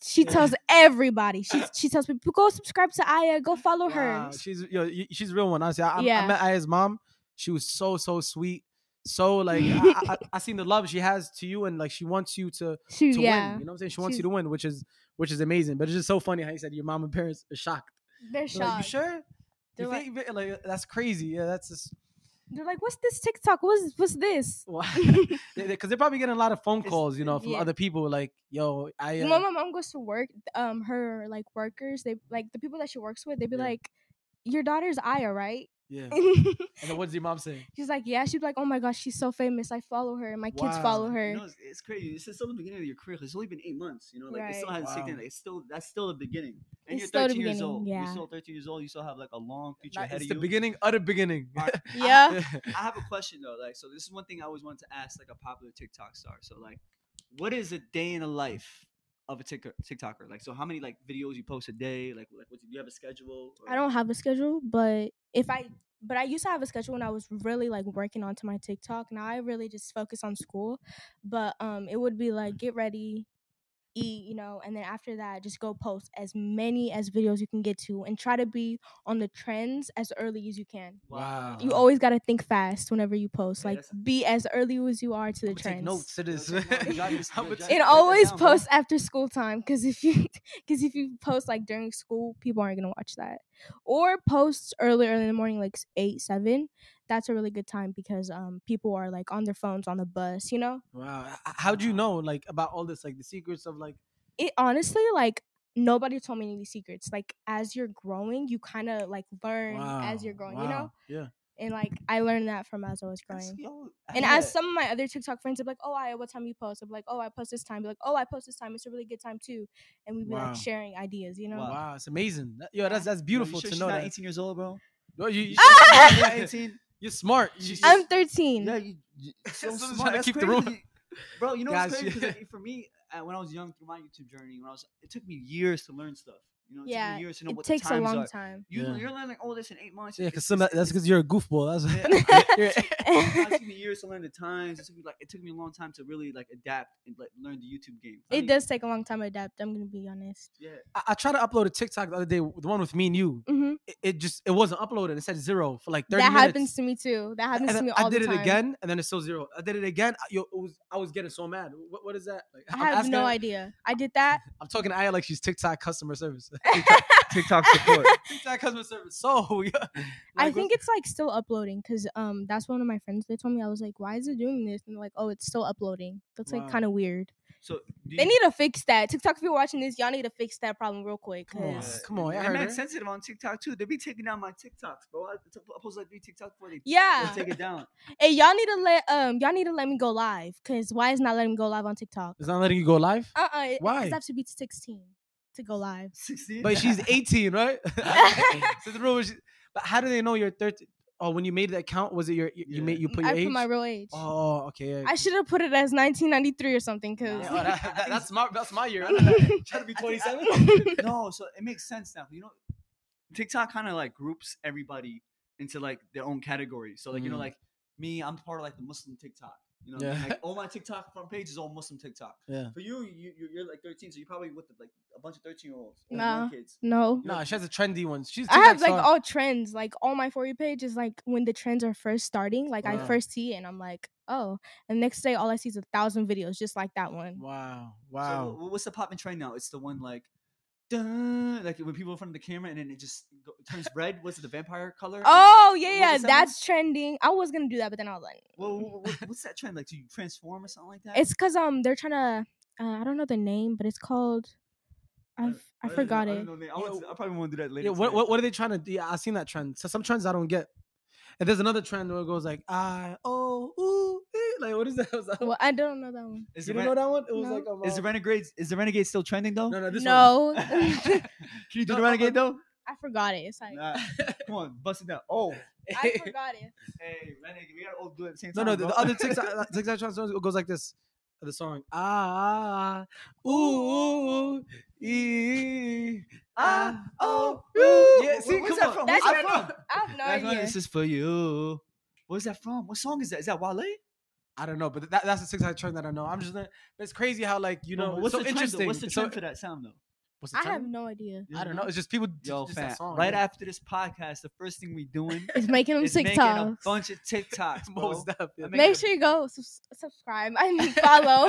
Speaker 2: She tells everybody. She she tells people go subscribe to Aya, go follow her.
Speaker 4: Wow, she's yo, y- she's a real one. Honestly, I, I- I
Speaker 2: Yeah.
Speaker 4: met Aya's mom. She was so so sweet. So like I, I, I seen the love she has to you, and like she wants you to
Speaker 2: She
Speaker 4: to
Speaker 2: yeah,
Speaker 4: win. You know what I'm saying? She wants you
Speaker 2: She's-
Speaker 4: to win, which is which is amazing. But it's just so funny how you said your mom and parents are shocked.
Speaker 2: they're
Speaker 4: They're Like, you
Speaker 2: shocked.
Speaker 4: sure?
Speaker 2: They're
Speaker 4: You
Speaker 2: like-
Speaker 4: think- like, that's crazy. Yeah, that's just
Speaker 2: They're like, what's this TikTok? What's what's
Speaker 4: Oh,
Speaker 2: this?
Speaker 4: because they, are probably getting a lot of phone
Speaker 1: It's-
Speaker 4: calls, you know, from
Speaker 2: yeah.
Speaker 4: other people. Like, yo, I
Speaker 2: When my mom goes to work, um, her like workers, they like the people that she works with, they be
Speaker 4: Yeah.
Speaker 2: like, your daughter's Aya, right?
Speaker 4: yeah. And then what does your mom say?
Speaker 2: she's like, yeah. She'd be like, oh my gosh, she's so famous. I follow her, and my kids
Speaker 4: Wow.
Speaker 2: follow
Speaker 1: You
Speaker 2: her.
Speaker 1: know, it's, it's crazy. This is still the beginning of your career. 'cause It's only been eight months. You know, like it still
Speaker 2: Right.
Speaker 1: hasn't taken.
Speaker 4: Wow.
Speaker 1: Like, it's still that's still the beginning. And
Speaker 2: It's
Speaker 1: you're
Speaker 2: still the
Speaker 1: 13 years
Speaker 2: beginning,
Speaker 1: old. You're
Speaker 2: yeah.
Speaker 1: still 13 years old. You still have like a long future
Speaker 4: Nah,
Speaker 1: ahead
Speaker 4: it's
Speaker 1: of
Speaker 4: the
Speaker 1: you.
Speaker 4: beginning, utter beginning.
Speaker 1: Alright,
Speaker 2: Yeah.
Speaker 1: I have a question though. Like, so this is one thing I always wanted to ask, like a popular TikTok star. So, like, what is a day in the life of a Tik- TikToker? Like, so how many like videos you post a day? Like, like what, do you have a schedule? or-
Speaker 2: I don't have a schedule, but if I but I used to have a schedule when I was really like working onto my TikTok. Now I really just focus on school. But um it would be like get ready, eat, you know, and then after that just go post as many as videos you can get to and try to be on the trends as early as you can.
Speaker 4: Wow.
Speaker 2: You always got to think fast whenever you post.
Speaker 1: Yeah,
Speaker 2: Like
Speaker 1: that's-
Speaker 2: be as early as you are to the
Speaker 4: I'ma
Speaker 2: trends.
Speaker 4: Take notes to this.
Speaker 1: take notes. You gotta-
Speaker 4: I'ma
Speaker 1: you
Speaker 4: take-
Speaker 1: Write
Speaker 2: And
Speaker 1: that
Speaker 2: always
Speaker 1: down, bro.
Speaker 2: post after school time because if you because if you post like during school, people aren't gonna watch that. Or post early, early in the morning, like s- eight, seven. That's a really good time because um people are like on their phones on the bus. You know,
Speaker 4: Wow. H- How'd you know like about all this, like the secrets of like
Speaker 2: it honestly like nobody told me any secrets. Like as you're growing, you kind of like learn as you're
Speaker 4: Wow,
Speaker 2: growing. You know,
Speaker 4: wow, Yeah.
Speaker 2: and like I learned that from as I was
Speaker 1: That's-
Speaker 2: growing.
Speaker 1: yo,
Speaker 2: And
Speaker 1: yeah.
Speaker 2: as some of my other TikTok friends are like, oh, I what time you post? I'm like, oh, I post this time. Be like, oh, I post this time. It's a really good time too. And we'd be
Speaker 4: Wow.
Speaker 2: like sharing ideas, you know.
Speaker 1: Wow.
Speaker 4: Wow. it's amazing. That- Yo, that's that's
Speaker 1: Yo, you
Speaker 4: beautiful
Speaker 1: sure
Speaker 4: to
Speaker 1: she's
Speaker 4: know
Speaker 1: not
Speaker 4: that.
Speaker 1: 18 years old, bro.
Speaker 4: Yo, you, you
Speaker 1: She's not 18.
Speaker 4: you're smart. You-
Speaker 1: She's-
Speaker 4: you-
Speaker 2: I'm 13.
Speaker 1: Yeah, you, you so
Speaker 4: Someone's
Speaker 1: smart.
Speaker 4: trying to
Speaker 1: That's
Speaker 4: keep the
Speaker 1: crazy.
Speaker 4: room.
Speaker 1: You- Bro, you know what's
Speaker 4: Guys,
Speaker 1: crazy? 'Cause,
Speaker 4: yeah.
Speaker 1: like, for me, uh, when I was young through my YouTube journey, when I was, it took me years to learn stuff. You know, it took
Speaker 2: Yeah,
Speaker 1: me years to know
Speaker 2: it
Speaker 1: what
Speaker 2: takes
Speaker 1: the
Speaker 2: a
Speaker 1: times
Speaker 2: long
Speaker 1: are.
Speaker 2: time.
Speaker 1: You,
Speaker 4: Yeah.
Speaker 1: You're learning all this in eight months.
Speaker 4: yeah,
Speaker 1: it's-
Speaker 4: because
Speaker 1: it's-
Speaker 4: that's because you're a goofball. That's
Speaker 1: Yeah.
Speaker 4: you're- eh,
Speaker 1: it took me years to learn the times. It took me like it took me a long time to really like adapt and like learn the YouTube game. I
Speaker 2: it
Speaker 1: mean,
Speaker 2: does take a long time to adapt. I'm gonna be honest.
Speaker 1: Yeah.
Speaker 4: I, I tried to upload a TikTok the other day, the one with me and you.
Speaker 2: hmm
Speaker 4: It, it just it wasn't uploaded. It said zero for like
Speaker 2: That
Speaker 4: 30 minutes.
Speaker 2: happens to me too. That happens
Speaker 4: and
Speaker 2: to
Speaker 4: then
Speaker 2: me all
Speaker 4: I did
Speaker 2: the time.
Speaker 4: it again, and then it's still zero. I did it again. I- Yo, it was, I was getting so mad. What, what is that? Like,
Speaker 2: I
Speaker 4: I'm
Speaker 2: have
Speaker 4: asking
Speaker 2: no
Speaker 4: her-
Speaker 2: idea. I did that.
Speaker 4: I'm talking to Aya like she's TikTok customer service.
Speaker 1: TikTok support.
Speaker 4: TikTok customer service. So, yeah.
Speaker 2: I
Speaker 4: Like,
Speaker 2: think it's like still uploading because um that's one of my friends. They told me I was like, why is it doing this? And they're like, oh, it's still uploading. That's like
Speaker 4: Wow.
Speaker 2: kind of weird.
Speaker 1: So do
Speaker 2: They
Speaker 1: you-
Speaker 2: need to fix that. TikTok, if you're watching this, y'all need to fix that problem real quick.
Speaker 4: Come on.
Speaker 2: 'cause-
Speaker 4: Come on, I
Speaker 1: and
Speaker 4: heard
Speaker 1: man
Speaker 4: her.
Speaker 1: sensitive on TikTok too. They be taking down my TikToks, bro. I, I post like three TikToks before they,
Speaker 2: Yeah.
Speaker 1: they take it down.
Speaker 2: Hey, y'all need to let um y'all need to let me go live. Cause why is not letting me go live on TikTok?
Speaker 4: It's not letting you go live?
Speaker 2: Uh uh It,
Speaker 4: Why?
Speaker 2: I have to be 16 to go live.
Speaker 1: Sixteen.
Speaker 4: But she's 18, right? so the rule was, But how do they know you're 13? Oh, when you made the account, was it your you, you
Speaker 1: Yeah.
Speaker 4: made you put your
Speaker 2: I
Speaker 4: age?
Speaker 2: put my real age.
Speaker 4: oh, okay. yeah.
Speaker 2: I should have put it as 1993 or something, cause
Speaker 4: Yeah,
Speaker 1: Yeah,
Speaker 4: oh, that- that- that's my that's my year. Trying to be
Speaker 1: I think- I
Speaker 4: 27.
Speaker 1: think- no, so it makes sense now. You know, TikTok kind of like groups everybody into like their own category. So like you know,
Speaker 4: Mm.
Speaker 1: like me, I'm part of like the Muslim TikTok. You know, what I mean?
Speaker 4: Yeah.
Speaker 1: like all my TikTok front page is all Muslim TikTok.
Speaker 4: Yeah.
Speaker 1: For you, you you- you're like 13, so you're probably with like a bunch of 13 year olds,
Speaker 2: Nah.
Speaker 1: kids.
Speaker 2: no.
Speaker 4: Nah, she has the trendy ones. She's
Speaker 2: I have
Speaker 4: TikTok
Speaker 2: like
Speaker 4: star.
Speaker 2: all trends, like all my for you page is like when the trends are first starting. Like I
Speaker 4: Wow.
Speaker 2: first see it and I'm like, oh, and next day all I see is a thousand videos just like that one.
Speaker 4: Wow,
Speaker 1: So
Speaker 4: wow.
Speaker 1: wh- what's the poppin' trend now? It's the one like. Dun, like when people in front of the camera and then it just go, turns red. Was it the vampire color?
Speaker 2: Oh
Speaker 1: What
Speaker 2: yeah, yeah,
Speaker 1: is that one?
Speaker 2: that's trending. I was gonna do that, but then I was like,
Speaker 1: Well, what, what's that trend like? Do you transform or something like that?
Speaker 2: it's cause um they're trying to, uh, I don't know the name, but it's called, I f- I
Speaker 1: Uh, don't know-
Speaker 2: forgot
Speaker 1: don't
Speaker 2: it.
Speaker 1: know the name. I,
Speaker 4: Yeah,
Speaker 1: want to- I probably want to do that later.
Speaker 4: Yeah, what,
Speaker 1: today.
Speaker 4: what what are they trying to do? Yeah, I've seen that trend. So some trends I don't get. And there's another trend where it goes like ah oh ooh eh," like what is that? Was that
Speaker 2: Well, I don't know that one.
Speaker 1: Is
Speaker 4: you
Speaker 1: the
Speaker 4: didn't know
Speaker 1: Ren-
Speaker 4: that one? It was
Speaker 2: No.
Speaker 4: like um,
Speaker 1: is the renegade is the renegade still trending though?
Speaker 4: no no this one.
Speaker 2: no,
Speaker 1: Can you do the
Speaker 4: No, um, no,
Speaker 1: renegade though?
Speaker 2: I forgot it. It's like
Speaker 1: Nah, come on, bust it down. Oh,
Speaker 2: I forgot it.
Speaker 1: hey, renegade, we gotta all do it at the same
Speaker 4: no
Speaker 1: time.
Speaker 4: no the,
Speaker 1: bro.
Speaker 4: the other TikTok uh, TikTok trend song goes like this. The song ah ah, ah ooh ooh ooh ee, ah oh ooh yeah
Speaker 1: Wh-
Speaker 4: see
Speaker 1: where's
Speaker 4: come
Speaker 1: that
Speaker 4: on
Speaker 1: from?
Speaker 2: That's
Speaker 1: Where's that
Speaker 2: what-
Speaker 1: from?
Speaker 2: I have no
Speaker 1: That's why
Speaker 2: idea.
Speaker 1: this is for you. Where's that from? What song is that? Is that Wale?
Speaker 4: I don't know but that, that's the TikTok trend that I know. I'm just gonna- it's crazy how like you know
Speaker 1: Well, what's
Speaker 4: it's so
Speaker 1: the trend, though?
Speaker 4: interesting.
Speaker 1: What's the
Speaker 4: It's so-
Speaker 1: trend for that sound though?
Speaker 4: what's the
Speaker 2: I have
Speaker 4: trend?
Speaker 2: no idea.
Speaker 1: You
Speaker 4: I don't know. It's just people. j-
Speaker 1: Yo,
Speaker 4: just that
Speaker 1: fam,
Speaker 4: song,
Speaker 1: right
Speaker 4: yeah.
Speaker 1: after this podcast, the first thing we doing
Speaker 2: It's making them
Speaker 1: is making a
Speaker 2: TikToks.
Speaker 1: bunch of TikToks, bro.
Speaker 4: Most def, yeah.
Speaker 1: I
Speaker 2: Make
Speaker 1: making-
Speaker 2: sure you go subs- subscribe and follow.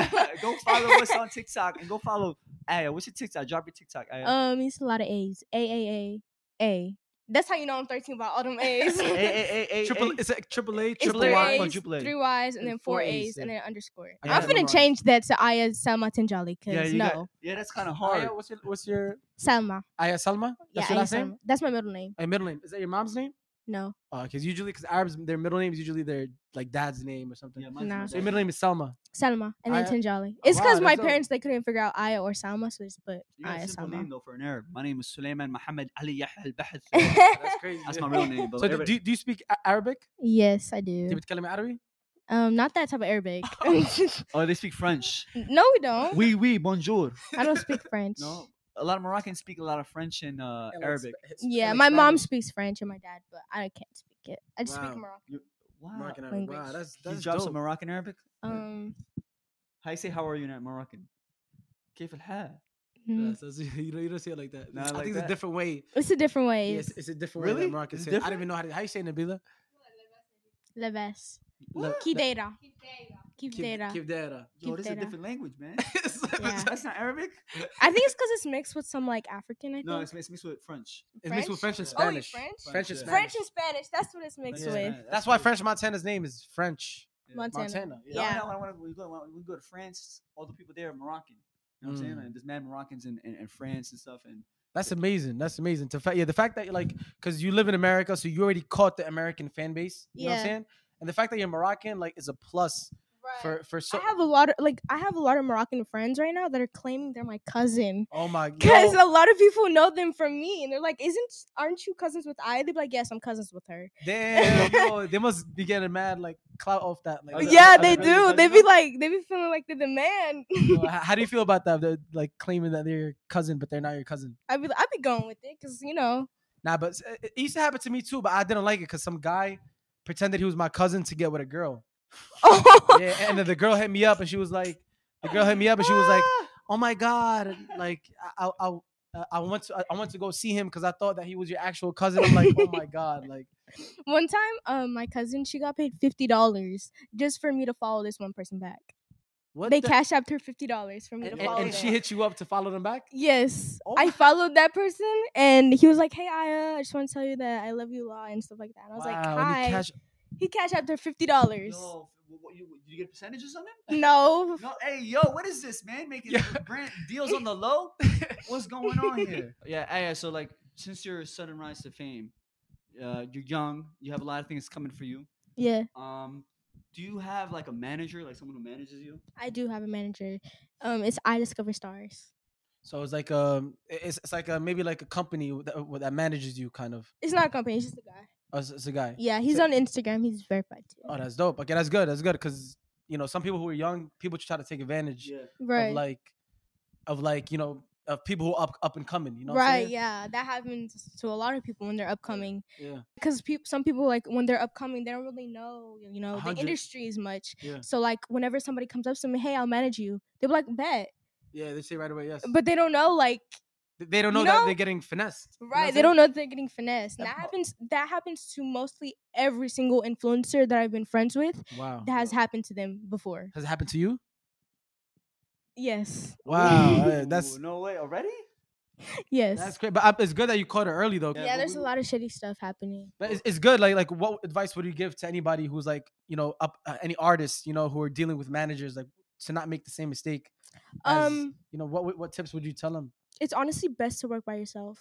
Speaker 1: go follow us on TikTok and go follow. Aya, what's your TikTok? Drop your TikTok. Aya.
Speaker 2: um, it's a lot of A's. A A A A. That's how you know I'm 13 by all them A's.
Speaker 1: Ay, ay, ay, ay,
Speaker 4: triple.
Speaker 1: ay.
Speaker 4: It's a triple A,
Speaker 2: It's
Speaker 4: triple
Speaker 2: three
Speaker 1: Y.
Speaker 4: Y.
Speaker 1: Oh,
Speaker 2: A's,
Speaker 1: triple A.
Speaker 2: three Y's, and then four A's,
Speaker 4: yeah.
Speaker 2: and then underscore.
Speaker 1: Yeah,
Speaker 2: I'm
Speaker 1: never
Speaker 2: finna
Speaker 4: mind.
Speaker 2: change that to Aya Salma Tanjali, cause
Speaker 1: Yeah, you
Speaker 2: no,
Speaker 1: got- yeah, that's kind of hard.
Speaker 4: Aya, what's your what's your
Speaker 2: Salma.
Speaker 4: Aya Salma?
Speaker 2: Yeah,
Speaker 4: That's your
Speaker 2: Aya
Speaker 4: last name.
Speaker 2: Salma. That's my middle name.
Speaker 4: Aya, middle name. Is that your mom's name?
Speaker 2: No,
Speaker 4: Oh, because usually, because Arabs, their middle name is usually their like dad's name or something.
Speaker 1: Yeah, mine's
Speaker 2: Nah.
Speaker 1: my
Speaker 4: So your
Speaker 1: dad.
Speaker 4: middle name is Salma.
Speaker 2: Salma, and then
Speaker 4: Aya-
Speaker 2: Tanjali.
Speaker 4: Oh,
Speaker 2: It's
Speaker 4: wow,
Speaker 2: cause my
Speaker 4: that's dope.
Speaker 2: parents they couldn't figure out Aya or Salma, so they just put
Speaker 1: You got
Speaker 2: Aya
Speaker 1: a simple name
Speaker 2: Salma.
Speaker 1: though for an Arab. My name is Suleiman Mohammed Ali Yahya Al Bahth.
Speaker 4: That's crazy.
Speaker 1: That's my real name. But
Speaker 4: So do, do, you- do you speak A- Arabic?
Speaker 2: yes, I
Speaker 4: Do you
Speaker 2: do.
Speaker 4: speak Arabic?
Speaker 1: Uh,
Speaker 2: Um, not that type of Arabic.
Speaker 1: oh, they speak French.
Speaker 2: no, we don't.
Speaker 1: Oui, oui, bonjour.
Speaker 2: I don't speak French.
Speaker 1: No, a lot of Moroccans speak a lot of French and uh, Arabic.
Speaker 2: Yeah, my mom speaks French and my dad, but I can't speak it. I just
Speaker 4: Wow.
Speaker 2: speak Moroccan.
Speaker 1: Wow.
Speaker 4: Moroccan Ah, Arabic. Wow,
Speaker 2: language.
Speaker 4: that's
Speaker 1: you
Speaker 4: that's
Speaker 1: drop some
Speaker 4: dope.
Speaker 1: Moroccan Arabic.
Speaker 2: Um,
Speaker 1: How you say how are you in Moroccan? كيف الحال?
Speaker 2: mm,
Speaker 4: Yes, that's- you, don't, you don't say it like that.
Speaker 1: Nah,
Speaker 4: I
Speaker 1: like
Speaker 4: think it's a
Speaker 1: that.
Speaker 4: different way.
Speaker 2: it's a different way.
Speaker 4: Yes,
Speaker 2: It's
Speaker 4: it's a different way
Speaker 1: Really?
Speaker 4: that Moroccans
Speaker 1: It's
Speaker 4: say. it. I don't
Speaker 1: different?
Speaker 4: even know how to. How you say it, Nabila?
Speaker 2: Leves.
Speaker 1: Le-
Speaker 2: Kidera. Kidera.
Speaker 4: Kibdera.
Speaker 1: Yo, this is a
Speaker 2: Kidera.
Speaker 1: different language, man.
Speaker 2: Yeah.
Speaker 1: That's not Arabic.
Speaker 2: I think it's because it's mixed with some like African. I think.
Speaker 1: No, it's, it's mixed with French.
Speaker 4: It's mixed with French and
Speaker 2: Oh, wait,
Speaker 4: Spanish.
Speaker 2: French?
Speaker 4: French and
Speaker 1: French, yeah.
Speaker 4: Spanish.
Speaker 2: French and Spanish. That's what it's mixed
Speaker 1: Yeah.
Speaker 2: with.
Speaker 1: Spanish.
Speaker 4: That's why French Montana's name is French.
Speaker 2: Montana.
Speaker 4: Montana.
Speaker 1: You know,
Speaker 2: Yeah.
Speaker 1: I know, I wanna- we, go, we go to France. All the people there are Moroccan. You know what I'm saying?
Speaker 4: Mm.
Speaker 1: Like, there's mad Moroccans in, in, in France and stuff. And
Speaker 4: That's amazing. That's amazing. To fact, yeah, the fact that you're like, because you live in America, so you already caught the American fan base. You know what I'm
Speaker 2: Yeah.
Speaker 4: saying? And the fact that you're Moroccan, like, is a plus
Speaker 2: Right.
Speaker 4: for for so.
Speaker 2: I have a lot of like I have a lot of Moroccan friends right now that are claiming they're my cousin.
Speaker 4: oh my
Speaker 2: Because
Speaker 4: yo,
Speaker 2: a lot of people know them from me, and they're like, "Isn't aren't you cousins with Aya?" They're like, "Yes, I'm cousins with her."
Speaker 4: damn, yo, they must be getting mad like clout off that. Like,
Speaker 1: Are they-
Speaker 2: yeah,
Speaker 1: are
Speaker 2: they
Speaker 1: they really
Speaker 2: do. They
Speaker 1: cousins
Speaker 2: be
Speaker 1: though?
Speaker 2: like, they be feeling like they're the man.
Speaker 4: yo, h- how do you feel about that? They're, like claiming that they're your cousin, but they're not your cousin.
Speaker 2: I be, I be going with it because you know,
Speaker 4: Nah, but it- it used to happen to me too, but I didn't like it because some guy pretended he was my cousin to get with a girl. yeah, and then the girl hit me up, and she was like, the girl hit me up, and she was like, "Oh my god, like I I I- uh, I want to I- I want to go see him because I thought that he was your actual cousin." I'm like, "Oh my god, like
Speaker 2: one time, um, my cousin she got paid fifty dollars just for me to follow this one person back.
Speaker 4: what?"
Speaker 2: they
Speaker 4: the-"
Speaker 2: cash apped her fifty dollars for me
Speaker 4: And,
Speaker 2: to
Speaker 4: and,
Speaker 2: follow.
Speaker 4: and she
Speaker 2: them.
Speaker 4: hit you up to follow them back.
Speaker 2: Yes,
Speaker 4: Oh
Speaker 2: I
Speaker 4: my-
Speaker 2: followed that person, and he was like, "Hey, Aya, I just want to tell you that I love you a lot and stuff like that." And I was like,
Speaker 4: and he
Speaker 2: "Hi."
Speaker 4: cash-
Speaker 2: He cashed out their fifty dollars.
Speaker 1: yo, what, what, you, did you get a percentage or something?
Speaker 2: No,
Speaker 1: No, hey, yo, what is this, man? Making
Speaker 4: Yeah.
Speaker 1: brand deals on the low? What's going on here? Yeah, yeah. So like, since your sudden rise to fame, uh, you're young. You have a lot of things coming for you.
Speaker 2: yeah,
Speaker 1: Um, do you have like a manager, like someone who manages you?
Speaker 2: I do have a manager. Um, it's I Discover Stars.
Speaker 4: So it's like um, i- it's, it's like a, maybe like a company that, uh, that manages you, kind of.
Speaker 2: It's not a company. It's just a guy.
Speaker 4: Oh, it's, it's a guy.
Speaker 2: Yeah, he's
Speaker 4: So-
Speaker 2: on Instagram. He's verified too.
Speaker 4: Oh, that's dope. Okay, that's good. That's good because you know some people who are young, people try to take advantage
Speaker 1: Yeah.
Speaker 2: right.
Speaker 4: of like, of like you know of people who are up up and coming. You know. what I'm
Speaker 2: right.
Speaker 4: saying?
Speaker 2: Yeah, that happens to a lot of people when they're upcoming.
Speaker 4: Yeah.
Speaker 2: Because peop some people like when they're upcoming, they don't really know you know the
Speaker 4: hundred-
Speaker 2: industry as much.
Speaker 4: Yeah.
Speaker 2: So like whenever somebody comes up to me, hey, I'll manage you. They're like, bet,
Speaker 4: Yeah. They say right away yes.
Speaker 2: but they don't know like
Speaker 4: Th- they don't know
Speaker 2: you
Speaker 4: that
Speaker 2: know-
Speaker 4: they're getting finessed. you know what
Speaker 2: Right.
Speaker 4: I'm
Speaker 2: They
Speaker 4: saying?
Speaker 2: don't know that they're getting finessed. And
Speaker 4: That
Speaker 2: that
Speaker 4: mo-
Speaker 2: happens that happens to mostly every single influencer that I've been friends with.
Speaker 4: Wow.
Speaker 2: That has happened to them before.
Speaker 4: Has it happened to you?
Speaker 2: Yes.
Speaker 4: Wow, uh, that's
Speaker 1: Ooh, no way already.
Speaker 2: Yes.
Speaker 4: that's great. But I, it's good that you caught it early though.
Speaker 1: Yeah,
Speaker 2: yeah,
Speaker 1: but
Speaker 2: there's
Speaker 1: we-
Speaker 2: a lot of shitty stuff happening.
Speaker 4: But it's, it's good. Like, like, what advice would you give to anybody who's like, you know, up uh, any artists, you know, who are dealing with managers, like, to not make the same mistake? as,
Speaker 2: Um
Speaker 4: you know, what would- what tips would you tell them?
Speaker 2: it's honestly best to work by yourself.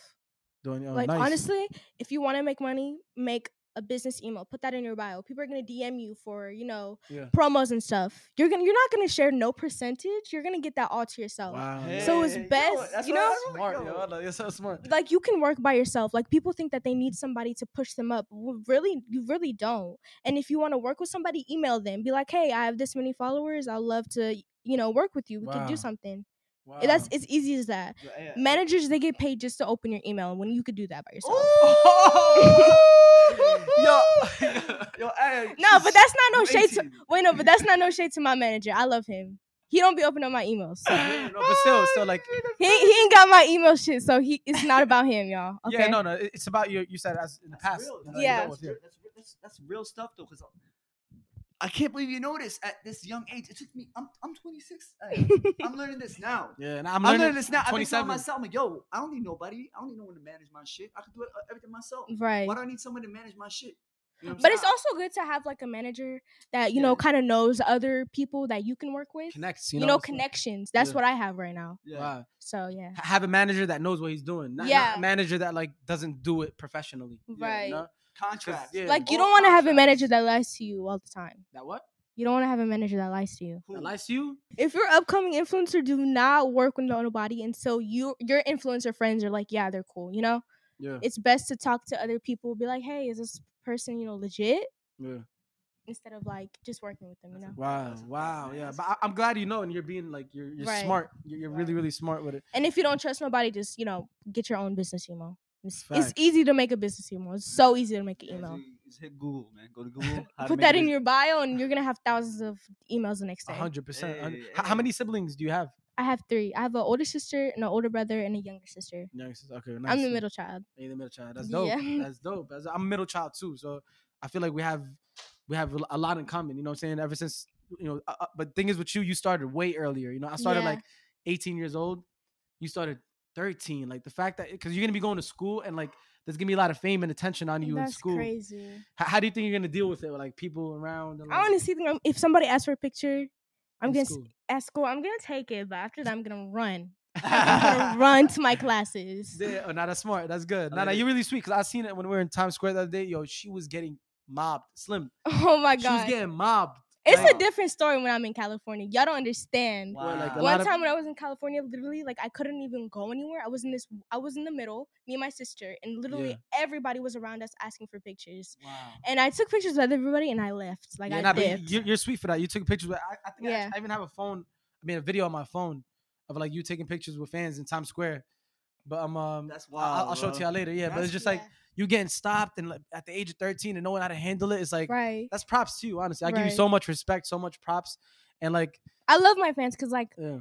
Speaker 4: Doing oh,
Speaker 2: like
Speaker 4: nice.
Speaker 2: honestly, if you want to make money, make a business email. Put that in your bio. People are going to DM you for, you know,
Speaker 4: Yeah.
Speaker 2: promos and stuff. You're going to you're not going to share no percentage. You're going to get that all to yourself.
Speaker 4: Wow.
Speaker 2: So it's
Speaker 1: Hey, yo,
Speaker 2: best,
Speaker 1: that's
Speaker 2: you
Speaker 1: what
Speaker 2: know?
Speaker 1: I like,
Speaker 4: Oh, smart.
Speaker 1: yo.
Speaker 4: yo, like, you're so smart.
Speaker 2: like you can work by yourself like people think that they need somebody to push them up W- really you really don't and if you want to work with somebody email them be like hey i have this many followers i'd love to you know work with you we could
Speaker 4: Wow.
Speaker 2: do something
Speaker 4: Wow.
Speaker 2: And that's as easy as that
Speaker 1: Yeah, yeah.
Speaker 2: managers they get paid just to open your email when you could do that by yourself
Speaker 4: Ooh! yo.
Speaker 1: Yo, hey,
Speaker 2: no but that's not no
Speaker 1: you
Speaker 2: shade to
Speaker 1: 18.
Speaker 2: wait no but that's not no shade to my manager i love him he don't be opening my emails
Speaker 4: Yeah, no, but still, still like,
Speaker 2: he, he ain't got my email shit so he it's not about him y'all okay
Speaker 4: yeah, no, no, it- it's about you. You said as in the
Speaker 1: That's
Speaker 4: past.
Speaker 1: real,
Speaker 4: you know,
Speaker 1: though.
Speaker 4: you
Speaker 2: Yeah.
Speaker 4: dealt
Speaker 1: That's,
Speaker 4: with, yeah.
Speaker 1: real- that's, re- that's, that's real stuff though, because I can't believe you know this at this young age. It took me. I'm I'm 26. Hey, I'm learning this now.
Speaker 4: Yeah, and I'm
Speaker 1: I'm
Speaker 4: learning,
Speaker 1: learning this now. I've been telling
Speaker 4: 27.
Speaker 1: myself, I'm like, yo, I don't need nobody. I don't need no one to manage my shit. I can do it, uh, everything myself.
Speaker 2: right
Speaker 1: Why do I need someone to manage my shit? You know what I'm
Speaker 2: But it's
Speaker 1: saying?
Speaker 2: also good to have like a manager that you know
Speaker 1: Yeah.
Speaker 2: kind of knows other people that you can work with.
Speaker 4: Connects,
Speaker 2: you,
Speaker 4: you
Speaker 2: know,
Speaker 4: know, so-
Speaker 2: connections. That's
Speaker 4: Yeah.
Speaker 2: what I have right now.
Speaker 1: Yeah.
Speaker 4: Wow.
Speaker 2: So yeah,
Speaker 4: ha- have a manager that knows what he's doing. Not, not
Speaker 2: Yeah.
Speaker 4: a manager that like doesn't do it professionally.
Speaker 2: right.
Speaker 4: You know?
Speaker 1: Contracts.
Speaker 4: yeah.
Speaker 2: Like you
Speaker 1: All
Speaker 2: don't want to have a
Speaker 1: contracts.
Speaker 2: manager that lies to you all the time.
Speaker 4: That what?
Speaker 2: You don't want to have a manager that lies to you.
Speaker 1: Who?
Speaker 4: That lies to you?
Speaker 2: If you're an upcoming influencer, do not work with nobody until you your influencer friends are like, yeah, they're cool. You know,
Speaker 4: Yeah.
Speaker 2: it's best to talk to other people. Be like, hey, is this person you know legit?
Speaker 4: Yeah.
Speaker 2: Instead of like just working with them. You know.
Speaker 4: Wow.
Speaker 1: That's a-
Speaker 4: Wow.
Speaker 1: man,
Speaker 4: Yeah.
Speaker 1: that's-
Speaker 4: But I, I'm glad you know, and you're being like you're you're
Speaker 2: Right.
Speaker 4: smart. You're, you're really really smart with it.
Speaker 2: And if you don't trust nobody, just you know, get your own business email. It's, it's
Speaker 4: Facts.
Speaker 2: easy to make a business email. It's so easy to make an
Speaker 1: Yeah,
Speaker 2: email.
Speaker 1: just- Just hit Google, man. Go to Google. how to
Speaker 2: Put
Speaker 1: make
Speaker 2: that
Speaker 1: a
Speaker 2: in
Speaker 1: business.
Speaker 2: your bio, and you're gonna have thousands of emails the next
Speaker 4: A
Speaker 2: day.
Speaker 4: hundred percent. a hundred-
Speaker 1: Hey,
Speaker 4: H- How
Speaker 1: hey.
Speaker 4: many siblings do you have?
Speaker 2: I have three. I have an older sister, and an older brother, and a younger sister.
Speaker 4: Young sister. Okay.
Speaker 2: I'm the
Speaker 4: nice.
Speaker 2: middle child.
Speaker 4: You're the middle child. That's dope.
Speaker 2: Yeah.
Speaker 4: That's dope. That's, I'm a middle child too, so I feel like we have we have a lot in common. You know what I'm saying? Ever since you know, uh, uh, but thing is with you, you started way earlier. You know, I started
Speaker 2: Yeah.
Speaker 4: like 18 years old. You started 13. Like the fact that because you're gonna be going to school and like there's gonna be a lot of fame and attention on you in
Speaker 2: That's
Speaker 4: school. H-
Speaker 2: crazy.
Speaker 4: How, do you think you're gonna deal with it? With, like people around. And, like,
Speaker 2: I honestly think I'm, if somebody asks for a picture, I'm
Speaker 4: in
Speaker 2: gonna
Speaker 4: school?
Speaker 2: ask school. I'm gonna take it, but after that, I'm gonna run. I'm gonna run to my classes.
Speaker 4: Yeah, oh, nah, that's smart. That's good.
Speaker 1: I
Speaker 4: Nah, nah,
Speaker 1: like it.
Speaker 4: you're really sweet. Cause I seen it when we were in Times Square the other day. Yo, she was getting mobbed. Slim.
Speaker 2: Oh my
Speaker 4: She was
Speaker 2: god,
Speaker 4: getting mobbed.
Speaker 2: it's
Speaker 1: Wow.
Speaker 2: a different story when I'm in California. Y'all don't understand.
Speaker 4: Where, like, a
Speaker 1: Wow.
Speaker 4: lot
Speaker 2: One
Speaker 4: of-
Speaker 2: time when I was in California, literally, like I couldn't even go anywhere. I was in this, I was in the middle, me and my sister, and literally
Speaker 4: Yeah.
Speaker 2: everybody was around us asking for pictures.
Speaker 1: Wow.
Speaker 2: And I took pictures with everybody, and I left. Like
Speaker 4: yeah,
Speaker 2: I
Speaker 4: nah, but you-
Speaker 2: dipped.
Speaker 4: you're, you're sweet for that. You took pictures. With, I, I think I,
Speaker 2: Yeah.
Speaker 4: actually- I even have a phone. I mean, a video on my phone of like you taking pictures with fans in Times Square. But I'm um,
Speaker 1: That's
Speaker 4: I- I'll,
Speaker 1: wild.
Speaker 4: I'll show it to
Speaker 1: bro.
Speaker 4: y'all later. Yeah, but
Speaker 1: That's-
Speaker 4: it's just like you getting stopped and like, at the age of 13 and knowing how to handle it. It's like
Speaker 2: right.
Speaker 4: that's props to you. Honestly, I give you
Speaker 2: Right.
Speaker 4: so much respect, so much props, and like
Speaker 2: I love my fans because like
Speaker 4: yeah,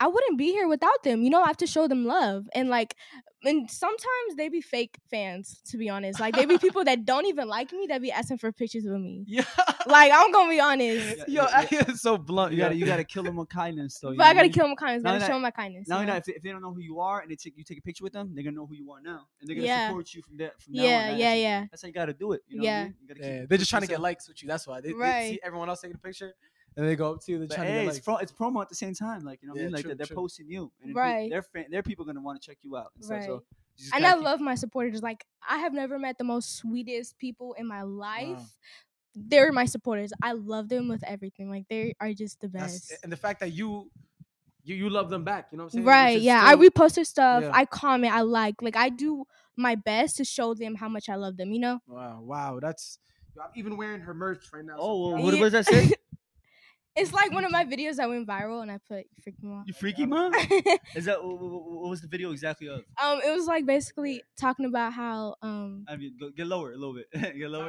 Speaker 2: I wouldn't be here without them. You know, I have to show them love, and like, and sometimes they be fake fans. To be honest, like they be people that don't even like me that be asking for pictures with me.
Speaker 4: yeah.
Speaker 2: Like I'm gonna be honest,
Speaker 1: Yeah,
Speaker 4: Yo,
Speaker 1: yeah,
Speaker 4: I it's so blunt.
Speaker 1: You
Speaker 4: Yeah,
Speaker 1: gotta you gotta kill them with kindness though. you
Speaker 2: but
Speaker 1: know
Speaker 2: I
Speaker 1: what
Speaker 2: gotta
Speaker 1: mean?
Speaker 2: kill them kindness.
Speaker 1: Now
Speaker 2: Gotta
Speaker 1: that-
Speaker 2: show 'em my kindness.
Speaker 1: Now,
Speaker 2: you
Speaker 1: now
Speaker 2: know?
Speaker 1: if, they- if they don't know who you are and they take you take a picture with them, they're gonna know who you are now, and they're gonna
Speaker 2: Yeah.
Speaker 1: support you from that. From now on.
Speaker 2: yeah,
Speaker 1: That-
Speaker 2: yeah,
Speaker 1: that's-
Speaker 2: yeah.
Speaker 1: That's how you gotta do it. You know what I
Speaker 2: Yeah.
Speaker 1: mean? You gotta keep
Speaker 4: Yeah, they're
Speaker 1: push
Speaker 4: just trying to get
Speaker 1: yourself.
Speaker 4: likes with you. That's why they, they see
Speaker 2: Right.
Speaker 4: everyone else taking a picture, and they go up to you. They're
Speaker 1: But
Speaker 4: trying to
Speaker 1: hey,
Speaker 4: get
Speaker 1: it's,
Speaker 4: likes.
Speaker 1: pro- it's promo at the same time, like you know what I
Speaker 4: Yeah,
Speaker 1: mean. Like
Speaker 4: true,
Speaker 1: they're, they're
Speaker 4: true.
Speaker 1: posting you, and if you-
Speaker 2: Right.
Speaker 1: Their fan, their people gonna want to check you out, and stuff, so
Speaker 2: Right.
Speaker 1: you just
Speaker 2: and I
Speaker 1: gotta keep-
Speaker 2: love my supporters. Like I have never met the most sweetest people in my life. They're my supporters. I love them with everything. Like they are just the
Speaker 4: That's-
Speaker 2: best.
Speaker 4: and the fact that you you you love them back. You know what I'm saying? Which
Speaker 2: Right.
Speaker 4: is
Speaker 2: Yeah.
Speaker 4: still-
Speaker 2: I repost their stuff.
Speaker 4: Yeah.
Speaker 2: I comment. I like. Like I do my best to show them how much I love them. You know.
Speaker 4: Wow, wow, that's. I'm even wearing her merch right now.
Speaker 1: Oh, well,
Speaker 4: Sophia.
Speaker 2: Yeah.
Speaker 1: what, what does that say?
Speaker 2: It's like one of my videos that went viral, and I put "You freak me out."
Speaker 1: You freaky mom? Is that what, what was the video exactly of?
Speaker 2: um, it was like basically talking about how um
Speaker 1: I mean, go, get lower a little bit. get lower.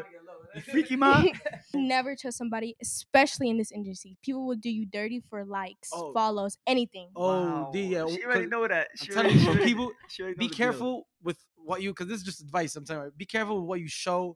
Speaker 1: You
Speaker 4: Lower.
Speaker 1: freaky mom?
Speaker 2: never trust somebody, especially in this industry. People will do you dirty for likes,
Speaker 4: Oh.
Speaker 2: follows, anything.
Speaker 4: Oh, D, yeah.
Speaker 1: She already
Speaker 4: 'cause
Speaker 1: know that.
Speaker 4: I'm
Speaker 1: She
Speaker 4: telling
Speaker 1: already-
Speaker 4: you,
Speaker 1: she
Speaker 4: bro,
Speaker 1: already-
Speaker 4: people
Speaker 1: she already know
Speaker 4: be
Speaker 1: the deal.
Speaker 4: careful with what you because this is just advice. I'm telling you, be careful with what you show,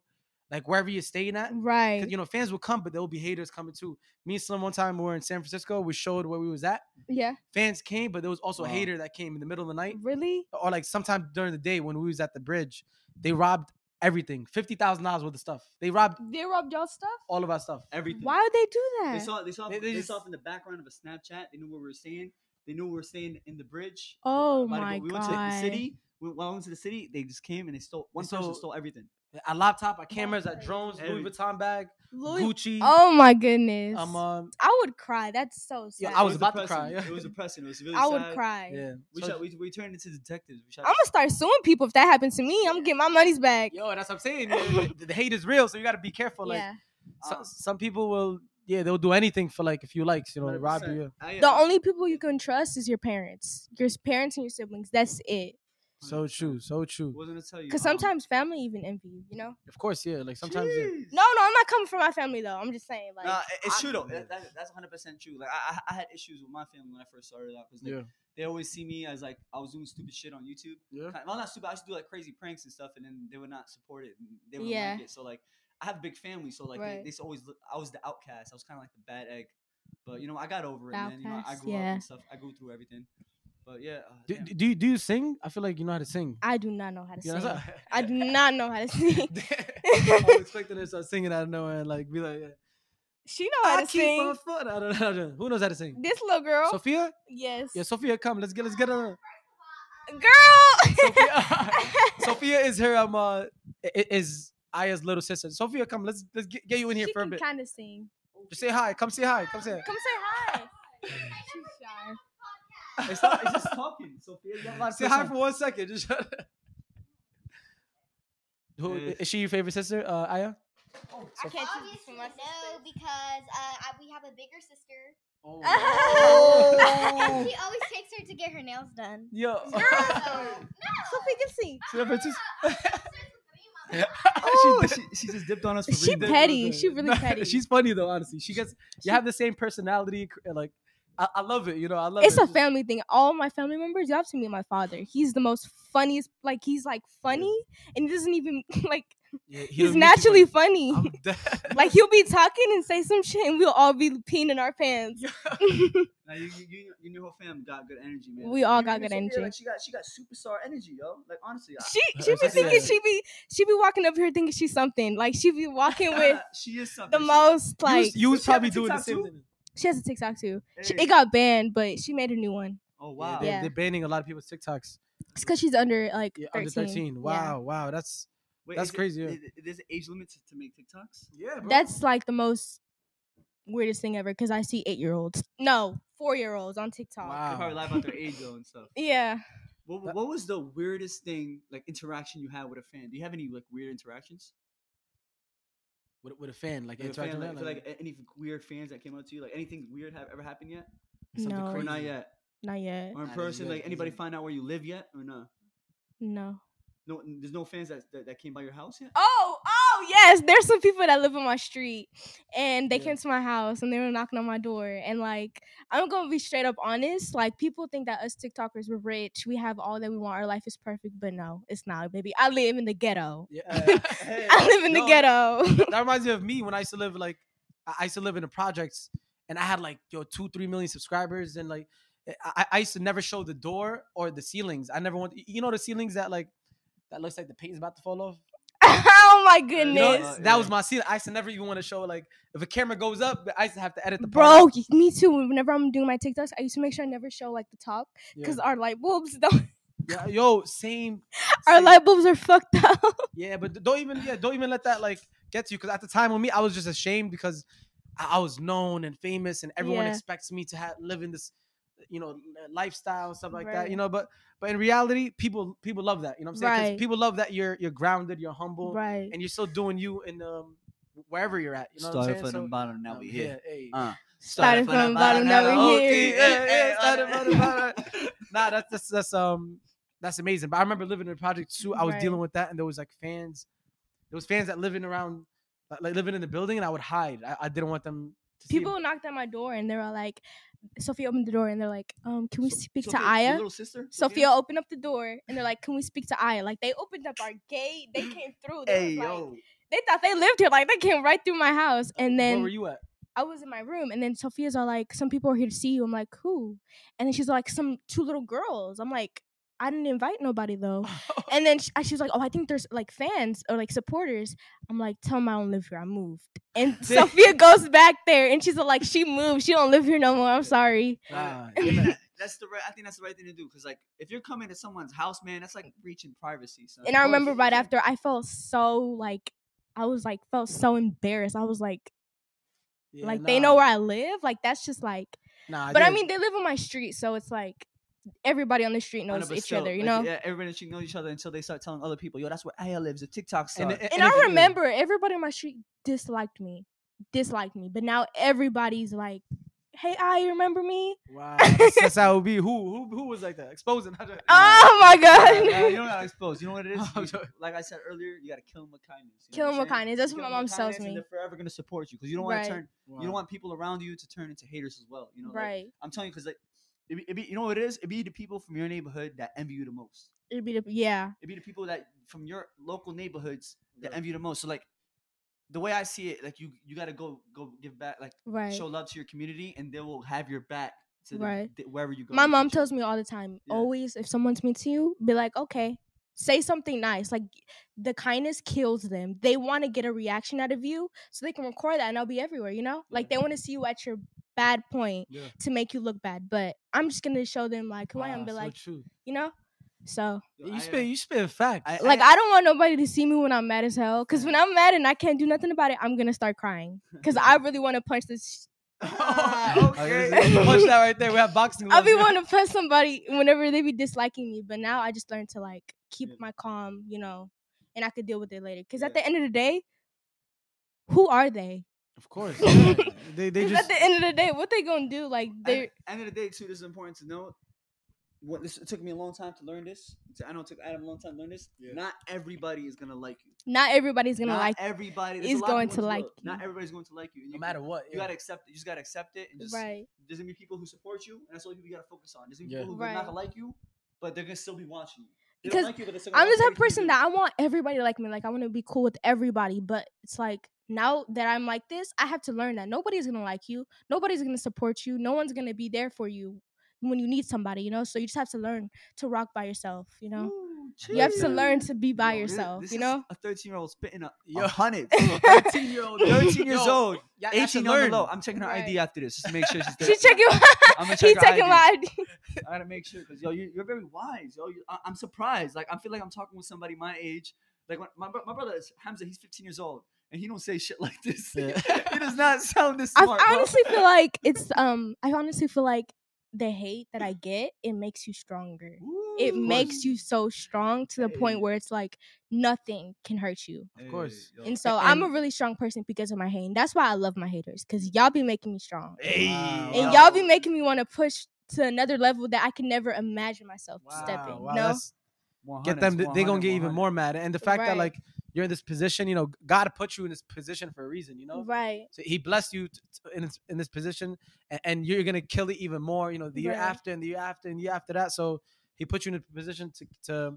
Speaker 4: like wherever you're staying at. 'cause,
Speaker 2: Right.
Speaker 4: you know, fans will come, but there will be haters coming too. Me and Slim one time we were in San Francisco. We showed where we was at.
Speaker 2: Yeah.
Speaker 4: Fans came, but there was also a
Speaker 1: Wow.
Speaker 4: hater that came in the middle of the night
Speaker 2: Really?
Speaker 4: or like sometime during the day when we was at the bridge. They robbed everything, fifty thousand dollars worth of stuff. They robbed
Speaker 2: They robbed y'all stuff?
Speaker 4: all of our stuff.
Speaker 1: Everything.
Speaker 2: Why would they do
Speaker 1: They
Speaker 2: that?
Speaker 1: saw. They saw.
Speaker 4: They-
Speaker 1: They,
Speaker 4: they just-
Speaker 1: saw us in the background of a Snapchat. They knew what we were saying. They knew what we were saying in the bridge.
Speaker 2: oh
Speaker 1: about it,
Speaker 2: my
Speaker 1: but we
Speaker 2: god.
Speaker 1: went to the city. We while I went to the city. They just came and they stole. One
Speaker 4: So-
Speaker 1: person stole everything.
Speaker 4: Our laptop, our cameras, our
Speaker 2: Nice.
Speaker 4: drones, Louis
Speaker 1: Every-
Speaker 4: Vuitton bag,
Speaker 2: Louis-
Speaker 4: Gucci.
Speaker 2: oh my goodness.
Speaker 4: um, um,
Speaker 2: I would cry. That's so
Speaker 4: Yeah,
Speaker 2: sad.
Speaker 4: I
Speaker 1: It
Speaker 4: was about to
Speaker 1: depressing.
Speaker 4: cry, yeah.
Speaker 1: It was depressing. It was really
Speaker 2: I would
Speaker 1: sad.
Speaker 2: cry.
Speaker 4: yeah.
Speaker 1: We,
Speaker 4: So-
Speaker 1: shot, we, we turned into detectives. We shot,
Speaker 2: I'm gonna start suing people if that happens to me. I'm gonna get my money's back.
Speaker 4: Yo, that's what I'm saying. yeah, like, the hate is real, so you got to be careful. Like
Speaker 2: yeah.
Speaker 4: so,
Speaker 1: Um,
Speaker 4: some people will, yeah, they'll do anything for like a few likes, you know, rob
Speaker 1: 100%.
Speaker 4: you.
Speaker 1: I,
Speaker 2: The only people you can trust is your parents, your s- parents and your siblings. That's it.
Speaker 4: So true, so true.
Speaker 1: wasn't to tell you.
Speaker 2: Because
Speaker 1: um,
Speaker 2: sometimes family even envy you. You know.
Speaker 4: Of course, yeah. Like sometimes, yeah.
Speaker 1: jeez.
Speaker 2: No, no, I'm not coming from my family though. I'm just saying, like,
Speaker 1: Nah, it- it's
Speaker 4: I-
Speaker 1: true though.
Speaker 4: yeah.
Speaker 1: That, that, that's 100 percent true. Like I, I, I had issues with my family when I first started out because like,
Speaker 4: yeah,
Speaker 1: they always see me as like I was doing stupid shit on YouTube.
Speaker 4: yeah.
Speaker 1: Kind- Well, not stupid. I used to do like crazy pranks and stuff, and then they would not support it. And they would
Speaker 2: Yeah.
Speaker 1: like it. So like, I have a big family, so like
Speaker 2: Right.
Speaker 1: they, they s- always look, I was the outcast. I was kind of like the bad egg, but you know I got over it,
Speaker 2: The
Speaker 1: man. You know, I
Speaker 2: outcast,
Speaker 1: grew up
Speaker 2: yeah.
Speaker 1: and stuff. I go through everything. But yeah, uh,
Speaker 4: Do,
Speaker 1: damn.
Speaker 4: do you do you sing? I feel like you know how to sing.
Speaker 2: I do not know how to
Speaker 4: You
Speaker 2: sing.
Speaker 4: know what I'm
Speaker 2: I do not know how to sing.
Speaker 4: saying? I was expecting her to start singing out of nowhere and like be like, yeah.
Speaker 2: she know how
Speaker 4: I
Speaker 2: to
Speaker 4: keep
Speaker 2: sing.
Speaker 4: on foot. I don't know. I don't know. Who knows how to sing?
Speaker 2: This little girl.
Speaker 4: Sophia,
Speaker 2: yes.
Speaker 4: yeah, Sophia, come. Let's get let's get her.
Speaker 2: Girl.
Speaker 4: Sophia, Sophia is her um uh, i- i- is Aya's little sister. Sophia, come. Let's let's get, get you in here
Speaker 2: she
Speaker 4: for a
Speaker 2: can
Speaker 4: bit.
Speaker 2: kind of sing.
Speaker 4: Just say hi. Come say hi. Come say hi.
Speaker 2: Come say hi. She's shy.
Speaker 1: it's, not, it's just talking. Sophia, you have a lot of
Speaker 4: Say hi
Speaker 1: personal-
Speaker 4: for one second. Just shut up. Who
Speaker 1: Yeah.
Speaker 4: is she your favorite sister, uh,
Speaker 2: I
Speaker 4: Aya?
Speaker 2: can't teach this
Speaker 5: Obviously,
Speaker 2: from my
Speaker 5: no,
Speaker 2: sister.
Speaker 5: because uh, I- we have a bigger sister.
Speaker 4: Oh.
Speaker 5: and she always takes her to get her nails done.
Speaker 4: Yo.
Speaker 5: Girl!
Speaker 2: Sophie can sing.
Speaker 4: She never just-
Speaker 5: Sisters
Speaker 2: Oh.
Speaker 4: She
Speaker 1: She,
Speaker 4: did-
Speaker 1: she, she just dipped on us. For
Speaker 2: She
Speaker 1: real.
Speaker 4: did
Speaker 2: petty.
Speaker 4: good.
Speaker 2: She really
Speaker 4: No,
Speaker 2: petty.
Speaker 4: She's funny though, honestly. She gets you have the same personality. cr- Like I, I love it. You know, I love
Speaker 2: it's
Speaker 4: it.
Speaker 2: a family thing. All my family members, you have to meet my father. He's the most funniest. Like he's like funny, and he doesn't even like.
Speaker 4: Yeah, he
Speaker 2: He's
Speaker 4: don't make you
Speaker 2: naturally
Speaker 4: funny.
Speaker 2: funny.
Speaker 4: I'm dead.
Speaker 2: Like he'll be talking and say some shit, and we'll all be peeing in our pants.
Speaker 1: Now, you, you, you, you and your whole fam got good energy, man.
Speaker 2: We all
Speaker 1: You-
Speaker 2: got
Speaker 1: you
Speaker 2: good
Speaker 1: Sophia,
Speaker 2: energy.
Speaker 1: Like, she got she got superstar energy, yo. Like honestly, I-
Speaker 2: She she be
Speaker 4: That's
Speaker 2: thinking
Speaker 4: it.
Speaker 2: she be she be walking up here thinking she's something. Like she be walking with
Speaker 1: she is something.
Speaker 2: the most
Speaker 4: You was-
Speaker 2: like
Speaker 4: you was
Speaker 1: Does she have
Speaker 4: probably
Speaker 1: a
Speaker 4: doing the
Speaker 1: TikTok
Speaker 4: same
Speaker 1: too?
Speaker 4: thing.
Speaker 2: she has a TikTok too. She,
Speaker 1: Hey.
Speaker 2: it got banned, but she made a new one.
Speaker 1: Oh
Speaker 4: Yeah,
Speaker 1: wow.
Speaker 4: they're,
Speaker 2: Yeah.
Speaker 4: they're banning a lot of people's TikToks.
Speaker 2: It's because she's under like
Speaker 4: Yeah,
Speaker 2: 13.
Speaker 4: under thirteen.
Speaker 2: Yeah.
Speaker 4: Wow, wow, that's
Speaker 1: Wait,
Speaker 4: That's
Speaker 1: is it-
Speaker 4: crazy, yeah.
Speaker 1: i- i- There's an age limit to, to make TikToks.
Speaker 4: yeah.
Speaker 2: That's like the most weirdest thing ever because I see eight year olds. No, four year olds on TikTok.
Speaker 4: Wow.
Speaker 1: They probably lie about their age though and stuff.
Speaker 2: Yeah.
Speaker 1: What,
Speaker 4: That-
Speaker 1: what was the weirdest thing like interaction you had with a fan? Do you have any like weird interactions?
Speaker 4: with, with a fan like
Speaker 1: With a fan,
Speaker 4: interacting
Speaker 1: like,
Speaker 4: with
Speaker 1: for,
Speaker 4: that,
Speaker 1: like a- any weird fans that came up to you? Like anything weird have ever happened yet?
Speaker 4: something
Speaker 2: No,
Speaker 1: Or not
Speaker 4: Crazy.
Speaker 1: yet?
Speaker 2: not
Speaker 1: Or
Speaker 2: yet.
Speaker 1: in
Speaker 4: Not as
Speaker 1: person?
Speaker 4: yet,
Speaker 1: Like anybody
Speaker 4: isn't it?
Speaker 1: find out where you live yet? Or no?
Speaker 2: No.
Speaker 1: No, n- there's no fans that that, that came by your house yet.
Speaker 2: Oh, oh yes. There's some people that live on my street, and they
Speaker 4: Yeah.
Speaker 2: came to my house and they were knocking on my door. And like, I'm gonna be straight up honest. Like, people think that us TikTokers we're rich, we have all that we want, our life is perfect. But no, it's not, baby. I live in the ghetto.
Speaker 4: yeah.
Speaker 2: I live in
Speaker 4: No,
Speaker 2: the ghetto.
Speaker 4: that, that reminds me of me when I used to live like I I used to live in the projects and I had like yo two three million subscribers and like eh, I- I, I used to never show the door or the ceilings. I never want you know the ceilings that like that looks like the paint's about to fall off.
Speaker 2: oh my
Speaker 4: You
Speaker 2: goodness,
Speaker 4: know,
Speaker 1: Yes.
Speaker 4: that was my ceiling. I used to never even want to show like if a camera goes up, I used to have to edit the part
Speaker 2: bro.
Speaker 4: out.
Speaker 2: y- Me too. Whenever I'm doing my TikToks, I used to make sure I never show like the top
Speaker 4: Yeah.
Speaker 2: because our light bulbs don't.
Speaker 4: Yeah, yo, same.
Speaker 2: Our
Speaker 4: same.
Speaker 2: light bulbs are fucked up.
Speaker 4: Yeah, but don't even yeah, don't even let that like get to you. Because at the time with me, I was just ashamed because I, I was known and famous, and everyone
Speaker 2: Yeah.
Speaker 4: expects me to have live in this you know, lifestyle stuff like that.
Speaker 2: Right.
Speaker 4: You know, but but in reality, people people love that. You know what I'm saying? 'Cause
Speaker 2: Right.
Speaker 4: People love that you're you're grounded, you're humble,
Speaker 2: right.
Speaker 4: and you're still doing you in um wherever you're at. You know what I'm
Speaker 1: Started
Speaker 4: saying?
Speaker 1: from the
Speaker 4: So,
Speaker 1: bottom, now
Speaker 4: um,
Speaker 1: we here.
Speaker 4: yeah, hey.
Speaker 1: Uh,
Speaker 2: Started from the bottom, now
Speaker 4: now
Speaker 2: we're
Speaker 4: we're
Speaker 2: here.
Speaker 4: here. Yeah, yeah, started from the bottom. nah, that's, that's that's um that's amazing. But I remember living in the project too. I was
Speaker 2: Right.
Speaker 4: dealing with that, and there was like fans. There was fans that living around, like- like living in the building, and I would hide. I, I didn't want them. To see me.
Speaker 2: People knocked at my door and they were like, Sophia opened the door and they're like, um, can we
Speaker 1: So-
Speaker 2: speak
Speaker 1: Sophia,
Speaker 2: to
Speaker 1: your
Speaker 2: Aya?
Speaker 1: Little sister,
Speaker 2: Sophia opened up the door and they're like, can we speak to Aya? Like they opened up our gate. They came through. They,
Speaker 1: Hey
Speaker 2: was like-
Speaker 1: yo,
Speaker 2: they thought they lived here. Like they came right through my house. And
Speaker 4: where
Speaker 2: then
Speaker 4: were you at?
Speaker 2: I was in my room, and then Sophia's all like, "Some people are here to see you." I'm like, "Who?" And then she's like, "Some two little girls." I'm like, "I didn't invite nobody though." and then she, she was like, "Oh, I think there's like fans or like supporters." I'm like, "Tell them I don't live here. I moved." And Sophia goes back there, and she's like, "She moved. She don't live here no more. I'm sorry."
Speaker 4: Nah,
Speaker 1: Yeah,
Speaker 4: you're
Speaker 1: man,
Speaker 4: not-
Speaker 1: that- that's the right. I think that's the right thing to do. Cause like, if you're coming to someone's house, man, that's like breaching privacy. Son.
Speaker 2: And I
Speaker 1: Oh,
Speaker 2: remember
Speaker 1: shit,
Speaker 2: right
Speaker 1: yeah.
Speaker 2: after, I felt so like, I was like, felt so embarrassed. I was like,
Speaker 4: yeah,
Speaker 2: like they know where I live. Like that's just like.
Speaker 4: Nah,
Speaker 2: but I
Speaker 4: didn't.
Speaker 2: mean, they live on my street, so it's like everybody on the street
Speaker 1: I know,
Speaker 2: knows
Speaker 1: but
Speaker 2: each
Speaker 1: still,
Speaker 2: other, you
Speaker 1: like,
Speaker 2: know.
Speaker 1: Yeah, everybody should know each other until they start telling other people, yo, that's where Aya lives. The TikTok star.
Speaker 4: And-
Speaker 2: uh, And
Speaker 4: if
Speaker 2: I
Speaker 4: you-
Speaker 2: remember everybody on my street disliked me, disliked me, but now everybody's like, "Hey, I remember me."
Speaker 4: Wow, that's, that's how it would be. Who who who was like that? Exposing.
Speaker 2: Oh my
Speaker 1: Yeah, yeah, you
Speaker 2: god!
Speaker 1: don't gotta expose. You know what it
Speaker 4: I'm
Speaker 1: is. You-
Speaker 4: joking.
Speaker 1: like I said earlier, you gotta kill them with kindness. you know
Speaker 2: Kill
Speaker 1: what
Speaker 2: 'em
Speaker 1: I'm
Speaker 2: with
Speaker 1: saying?
Speaker 2: kindness. That's
Speaker 1: You
Speaker 2: what
Speaker 1: kill
Speaker 2: my
Speaker 1: 'em with
Speaker 2: mom tells
Speaker 1: kindness and
Speaker 2: me.
Speaker 1: They're forever gonna support you because you don't want
Speaker 2: Right.
Speaker 1: to turn. You don't want people around you to turn into haters as well. You know, like,
Speaker 2: Right?
Speaker 1: I'm telling you, because like, it be, it be, you know what it is? It be the people from your neighborhood that envy you the most.
Speaker 2: It'd be the yeah,
Speaker 1: It be the people that from your local neighborhoods that
Speaker 4: Yeah.
Speaker 1: envy you the most. So like, the way I see it, like you you gotta go go give back, like
Speaker 2: right.
Speaker 1: show love to your community, and they will have your back to the-
Speaker 2: Right.
Speaker 1: the- wherever you go.
Speaker 2: my
Speaker 1: in the
Speaker 2: mom
Speaker 1: future.
Speaker 2: tells me all the time,
Speaker 1: Yeah.
Speaker 2: always if someone's mean to you, be like, "Okay." Say something nice. Like the kindness kills them. They want to get a reaction out of you so they can record that and I'll be everywhere, you know? Like
Speaker 1: Yeah.
Speaker 2: they want to see you at your bad point
Speaker 4: Yeah.
Speaker 2: to make you look bad. But I'm just gonna show them like who I am,
Speaker 4: Wow,
Speaker 2: be
Speaker 4: so
Speaker 2: like,
Speaker 4: true.
Speaker 2: you know? So
Speaker 1: Yo, I,
Speaker 4: You
Speaker 1: uh,
Speaker 4: spit you spit facts.
Speaker 1: I-
Speaker 2: like I don't want nobody to see me when I'm mad as hell. Cause when I'm mad and I can't do nothing about it, I'm gonna start crying.
Speaker 1: uh,
Speaker 2: Cause I really want to punch this.
Speaker 1: Ah, okay.
Speaker 4: Punch that right there. We have boxing.
Speaker 2: I'll be
Speaker 4: gloves.
Speaker 2: wanting to punch somebody whenever they be disliking me. But now I just learned to like keep
Speaker 1: Yeah.
Speaker 2: my calm, you know, and I could deal with it later. Cause at
Speaker 1: Yeah.
Speaker 2: the end of the day, who are they?
Speaker 4: Of course.
Speaker 2: Yeah.
Speaker 4: they
Speaker 2: 'Cause
Speaker 4: they just
Speaker 2: at the end of the day, what they gonna do? Like
Speaker 1: At
Speaker 2: they
Speaker 1: the end of the day, too, this is important to know. What this it took me a long time to learn this. It- I know it took Adam a long time to learn this. Not everybody is gonna like you.
Speaker 2: not everybody's gonna
Speaker 1: Not e,
Speaker 2: like
Speaker 1: everybody there's a
Speaker 2: is
Speaker 1: lot of
Speaker 2: going
Speaker 1: people
Speaker 2: to
Speaker 1: in this
Speaker 2: like
Speaker 1: world. Not
Speaker 2: you.
Speaker 1: everybody's going to like you. and
Speaker 4: no
Speaker 1: you-
Speaker 4: matter what.
Speaker 1: You
Speaker 4: yeah.
Speaker 1: gotta accept. it. You just gotta accept it, and just
Speaker 2: right,
Speaker 1: there's gonna be people who support you, and that's all you gotta focus on. There's gonna be
Speaker 4: Yeah.
Speaker 1: people who are not
Speaker 2: Right.
Speaker 1: gonna like you, but they're gonna still be watching you. They
Speaker 2: Because
Speaker 1: don't like you, but they're still gonna
Speaker 2: I'm the
Speaker 1: watch
Speaker 2: type of
Speaker 1: everything
Speaker 2: person
Speaker 1: you
Speaker 2: that I want everybody to like me. Like I want to be cool with everybody, but it's like now that I'm like this, I have to learn that nobody's gonna like you, nobody's gonna support you, no one's gonna be there for you when you need somebody. You know, so you just have to learn to rock by yourself. You
Speaker 1: do.
Speaker 2: know,
Speaker 1: Ooh,
Speaker 2: you have to
Speaker 1: chill.
Speaker 2: learn to be by
Speaker 1: Yo, this-
Speaker 2: yourself.
Speaker 1: this
Speaker 2: you
Speaker 1: is
Speaker 2: know,
Speaker 1: a 13 year old spitting a,
Speaker 4: Yo.
Speaker 1: a hundred.
Speaker 4: 13 year old.
Speaker 1: 13 years
Speaker 4: Yo,
Speaker 1: old,
Speaker 4: y'all got to
Speaker 1: 18 on the
Speaker 4: learn.
Speaker 1: low. I'm checking her ID
Speaker 2: Right.
Speaker 1: after this, just to make sure she's there.
Speaker 2: she's checking.
Speaker 1: I'm gonna
Speaker 2: He's
Speaker 1: check her
Speaker 2: checking
Speaker 1: ID.
Speaker 2: my ID.
Speaker 1: I gotta make sure because yo, you, you're very wise. Yo, you, I, I'm surprised. Like I feel like I'm talking with somebody my age. Like when, my bro- my brother is Hamza. He's 15 years old, and he don't say shit like this.
Speaker 4: Yeah.
Speaker 1: he does not sound this
Speaker 2: I
Speaker 1: smart.
Speaker 2: f-
Speaker 1: bro.
Speaker 2: honestly feel like it's um. I honestly feel like the hate that I get it makes you stronger.
Speaker 1: Ooh,
Speaker 2: It
Speaker 1: of course.
Speaker 2: makes you so strong to the
Speaker 1: Hey.
Speaker 2: point where it's like nothing can hurt you.
Speaker 4: Of course.
Speaker 1: Hey, yo.
Speaker 2: And so I'm a
Speaker 4: and-
Speaker 2: really strong person because of my hate. And that's why I love my haters because y'all be making me strong.
Speaker 1: Hey,
Speaker 4: Wow.
Speaker 2: And
Speaker 1: yo.
Speaker 2: y'all be making me want to push to another level that I can never imagine myself
Speaker 4: Wow,
Speaker 2: stepping.
Speaker 4: wow,
Speaker 2: no,
Speaker 4: that's- Get
Speaker 1: 100,
Speaker 4: them. They're gonna
Speaker 1: 100,
Speaker 4: get even
Speaker 1: 100.
Speaker 4: more mad. And the fact that
Speaker 2: Right.
Speaker 4: like you're in this position, you know, God put you in this position for a reason. You know.
Speaker 2: right,
Speaker 4: So he blessed you t- t- in this, in this position, and, and you're gonna kill it even more. You know, the year
Speaker 2: Right.
Speaker 4: after, and the year after, and the year after that. So he put you in a position to to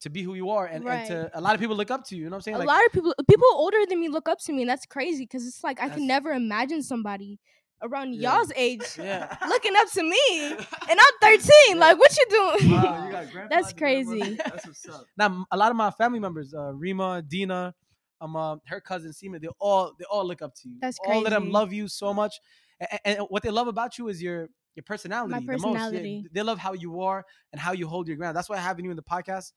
Speaker 4: to be who you are, and,
Speaker 2: Right.
Speaker 4: and to a lot of people look up to you. You know what I'm saying?
Speaker 2: a
Speaker 4: like,
Speaker 2: lot of people, people older than me, look up to me, and that's crazy because it's like I
Speaker 1: That's-
Speaker 2: can never imagine somebody around
Speaker 4: Yeah.
Speaker 2: y'all's age
Speaker 4: yeah.
Speaker 2: looking up to me, and I'm 13. Like, what you doing?
Speaker 1: Wow, you got grandpas and grandmas?
Speaker 2: crazy.
Speaker 1: That's what's up.
Speaker 4: Now m- a lot of my family members, uh, Rima, Dina, um, uh, her cousin Seema, they all they all look up to you.
Speaker 2: That's
Speaker 4: All of them
Speaker 2: crazy.
Speaker 4: love you so much, A- a- and, what they love about you is your your personality. the most. Yeah,
Speaker 2: personality.
Speaker 4: they love how you are and how you hold your ground. That's why having you in the podcast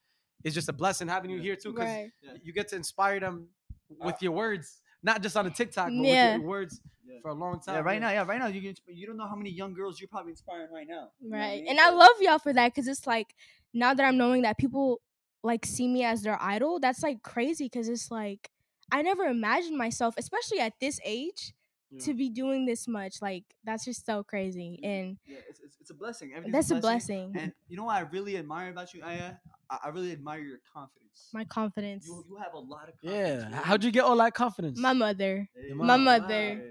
Speaker 4: is just a blessing. Having you
Speaker 1: Yeah.
Speaker 4: here too, because
Speaker 2: right,
Speaker 1: Yeah.
Speaker 4: you get to inspire them with your words. not just on the TikTok, but
Speaker 2: Yeah.
Speaker 4: with your words
Speaker 1: Yeah.
Speaker 4: for a long time.
Speaker 1: Yeah, right
Speaker 4: man.
Speaker 1: now, yeah, right now, you can, insp- you don't know how many young girls you're probably inspiring right now. You know what
Speaker 2: Right.
Speaker 1: mean?
Speaker 2: And I
Speaker 1: So-
Speaker 2: love y'all for that because it's like now that I'm knowing that people like see me as their idol, that's like crazy because it's like I never imagined myself, especially at this age,
Speaker 1: Yeah.
Speaker 2: to be doing this much. Like that's just so crazy.
Speaker 1: Yeah.
Speaker 2: And
Speaker 1: Yeah, it's, it's, it's a blessing. Everything's
Speaker 2: that's a blessing.
Speaker 1: And you know what I really admire about you, Aya? I, I really admire your confidence.
Speaker 2: My confidence.
Speaker 1: you, you have a lot of confidence.
Speaker 4: Yeah. How'd you get all that confidence?
Speaker 2: My mother.
Speaker 1: Hey,
Speaker 4: my
Speaker 2: mother.
Speaker 1: hey.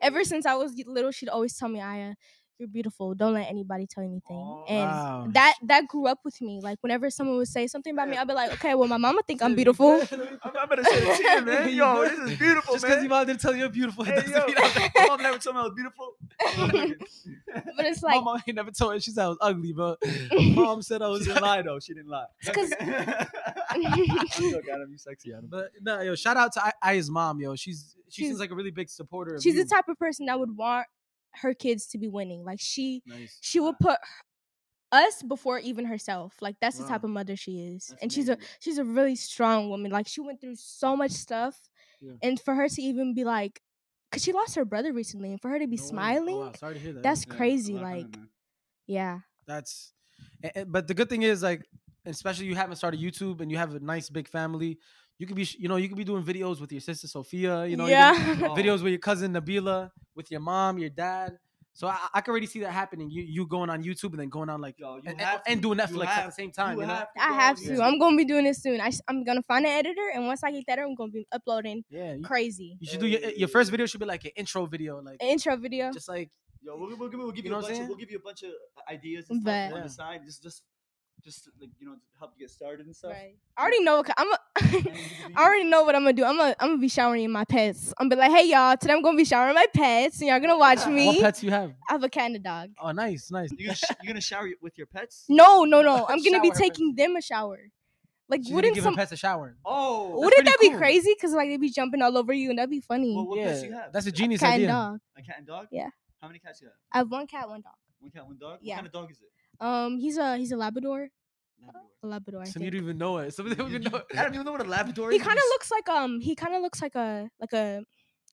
Speaker 2: Ever since I was little, she'd always tell me, Aya, you're beautiful. Don't let anybody tell you anything.
Speaker 1: Oh,
Speaker 2: and
Speaker 4: wow.
Speaker 2: that that grew up with me. Like whenever someone would say something about me, I'd be like, okay, well my mama think I'm beautiful.
Speaker 1: I'm, I'm gonna say it to you, man. Yo, this is beautiful,
Speaker 4: Just because
Speaker 1: man.
Speaker 4: your mom didn't tell you you're beautiful,
Speaker 1: Hey,
Speaker 4: doesn't
Speaker 1: yo.
Speaker 4: mean I-
Speaker 1: My mom "Oh, never told me I was beautiful. Oh,
Speaker 2: But it's
Speaker 4: my
Speaker 2: like
Speaker 4: mom ain't never told me she said I was ugly, but mom said I
Speaker 1: she
Speaker 4: was
Speaker 1: didn't lie though. She didn't lie.
Speaker 2: 'cause-
Speaker 1: I'm joking, Adam. You sexy, Adam.
Speaker 4: But no, yo, shout out to I- Aya's mom, yo. She's she
Speaker 2: She's-
Speaker 4: seems like a really big supporter. Of
Speaker 2: she's
Speaker 4: you.
Speaker 2: the type of person that would want her kids to be winning. Like she
Speaker 4: Nice.
Speaker 2: she would put us before even herself. Like that's the type
Speaker 1: Wow.
Speaker 2: of mother she is.
Speaker 1: That's
Speaker 2: and she's a
Speaker 1: amazing.
Speaker 2: she's a really strong woman. Like she went through so much stuff
Speaker 4: Yeah.
Speaker 2: and for her to even be like cuz she lost her brother recently and for her to be
Speaker 4: No way. Oh,
Speaker 2: smiling,
Speaker 4: wow. Sorry to hear that.
Speaker 2: that's
Speaker 1: Yeah, I
Speaker 2: crazy
Speaker 1: love her,
Speaker 2: like
Speaker 1: man.
Speaker 2: yeah.
Speaker 4: that's a- a- but the good thing is like especially you haven't started youtube and you have a nice big family you could be sh- you know you could be doing videos with your sister sophia you know you could
Speaker 2: yeah.
Speaker 4: be doing videos with your cousin nabila with your mom your dad so i, I can already see that happening you you going on youtube and then going on like
Speaker 1: Yo, you
Speaker 4: and,
Speaker 1: have
Speaker 4: and, and
Speaker 1: to.
Speaker 4: doing
Speaker 1: You
Speaker 4: netflix at
Speaker 1: have-
Speaker 4: the same time you, know
Speaker 1: have
Speaker 2: I
Speaker 1: go,
Speaker 2: have
Speaker 1: you
Speaker 2: to. I'm going to be doing this soon. I am going to find an editor and once I get that I'm going to be uploading
Speaker 4: yeah you,
Speaker 2: crazy.
Speaker 4: you should do your, eh, your first video should be like an intro video like
Speaker 2: An intro video.
Speaker 4: just like
Speaker 1: Yo, we'll, we'll, give- we'll give you,
Speaker 4: You know
Speaker 1: a bunch.
Speaker 4: what I'm
Speaker 1: Of,
Speaker 4: saying?
Speaker 1: we'll give you a bunch of uh, ideas and stuff
Speaker 2: Bet.
Speaker 1: on
Speaker 4: Yeah.
Speaker 1: the side. Just, just, just like you know, to help you get started and stuff.
Speaker 2: Right. I already know what ki- I'm a,
Speaker 1: And then you can
Speaker 2: I already know what I'm gonna do. I'm gonna I'm gonna be showering my pets. I'm gonna be like, hey y'all, today I'm gonna be showering my pets, and y'all gonna watch
Speaker 4: what
Speaker 2: me.
Speaker 4: pets you have
Speaker 2: I have a cat and a dog.
Speaker 4: oh nice nice
Speaker 1: You gonna, sh- you gonna shower y- with your pets?
Speaker 2: No, no, no. I'm gonna be
Speaker 4: Shower her.
Speaker 2: taking them a shower. Like,
Speaker 4: She's gonna
Speaker 2: wouldn't
Speaker 4: give
Speaker 2: some
Speaker 4: pets a shower
Speaker 1: Oh,
Speaker 4: What-
Speaker 2: wouldn't
Speaker 4: pretty
Speaker 2: that be
Speaker 4: cool.
Speaker 2: crazy? Cause like they'd be jumping all over you, and that'd be funny.
Speaker 1: Well, what
Speaker 4: yeah,
Speaker 1: pets you have?
Speaker 4: that's a genius
Speaker 2: cat
Speaker 4: idea
Speaker 2: and dog.
Speaker 1: a cat and dog.
Speaker 2: Yeah.
Speaker 1: How many cats you have?
Speaker 2: I have one cat, one dog.
Speaker 1: One cat, one dog.
Speaker 2: Yeah.
Speaker 1: What kind of dog is it?
Speaker 2: Um, he's a he's a Labrador.
Speaker 1: Labrador.
Speaker 2: A Labrador. I
Speaker 4: Some you
Speaker 2: think.
Speaker 4: don't even know it. Some of them
Speaker 1: You-
Speaker 4: even
Speaker 1: you-
Speaker 4: know
Speaker 1: I don't even know what a Labrador
Speaker 2: He
Speaker 1: is.
Speaker 2: kind of looks like um he kind of looks like a like a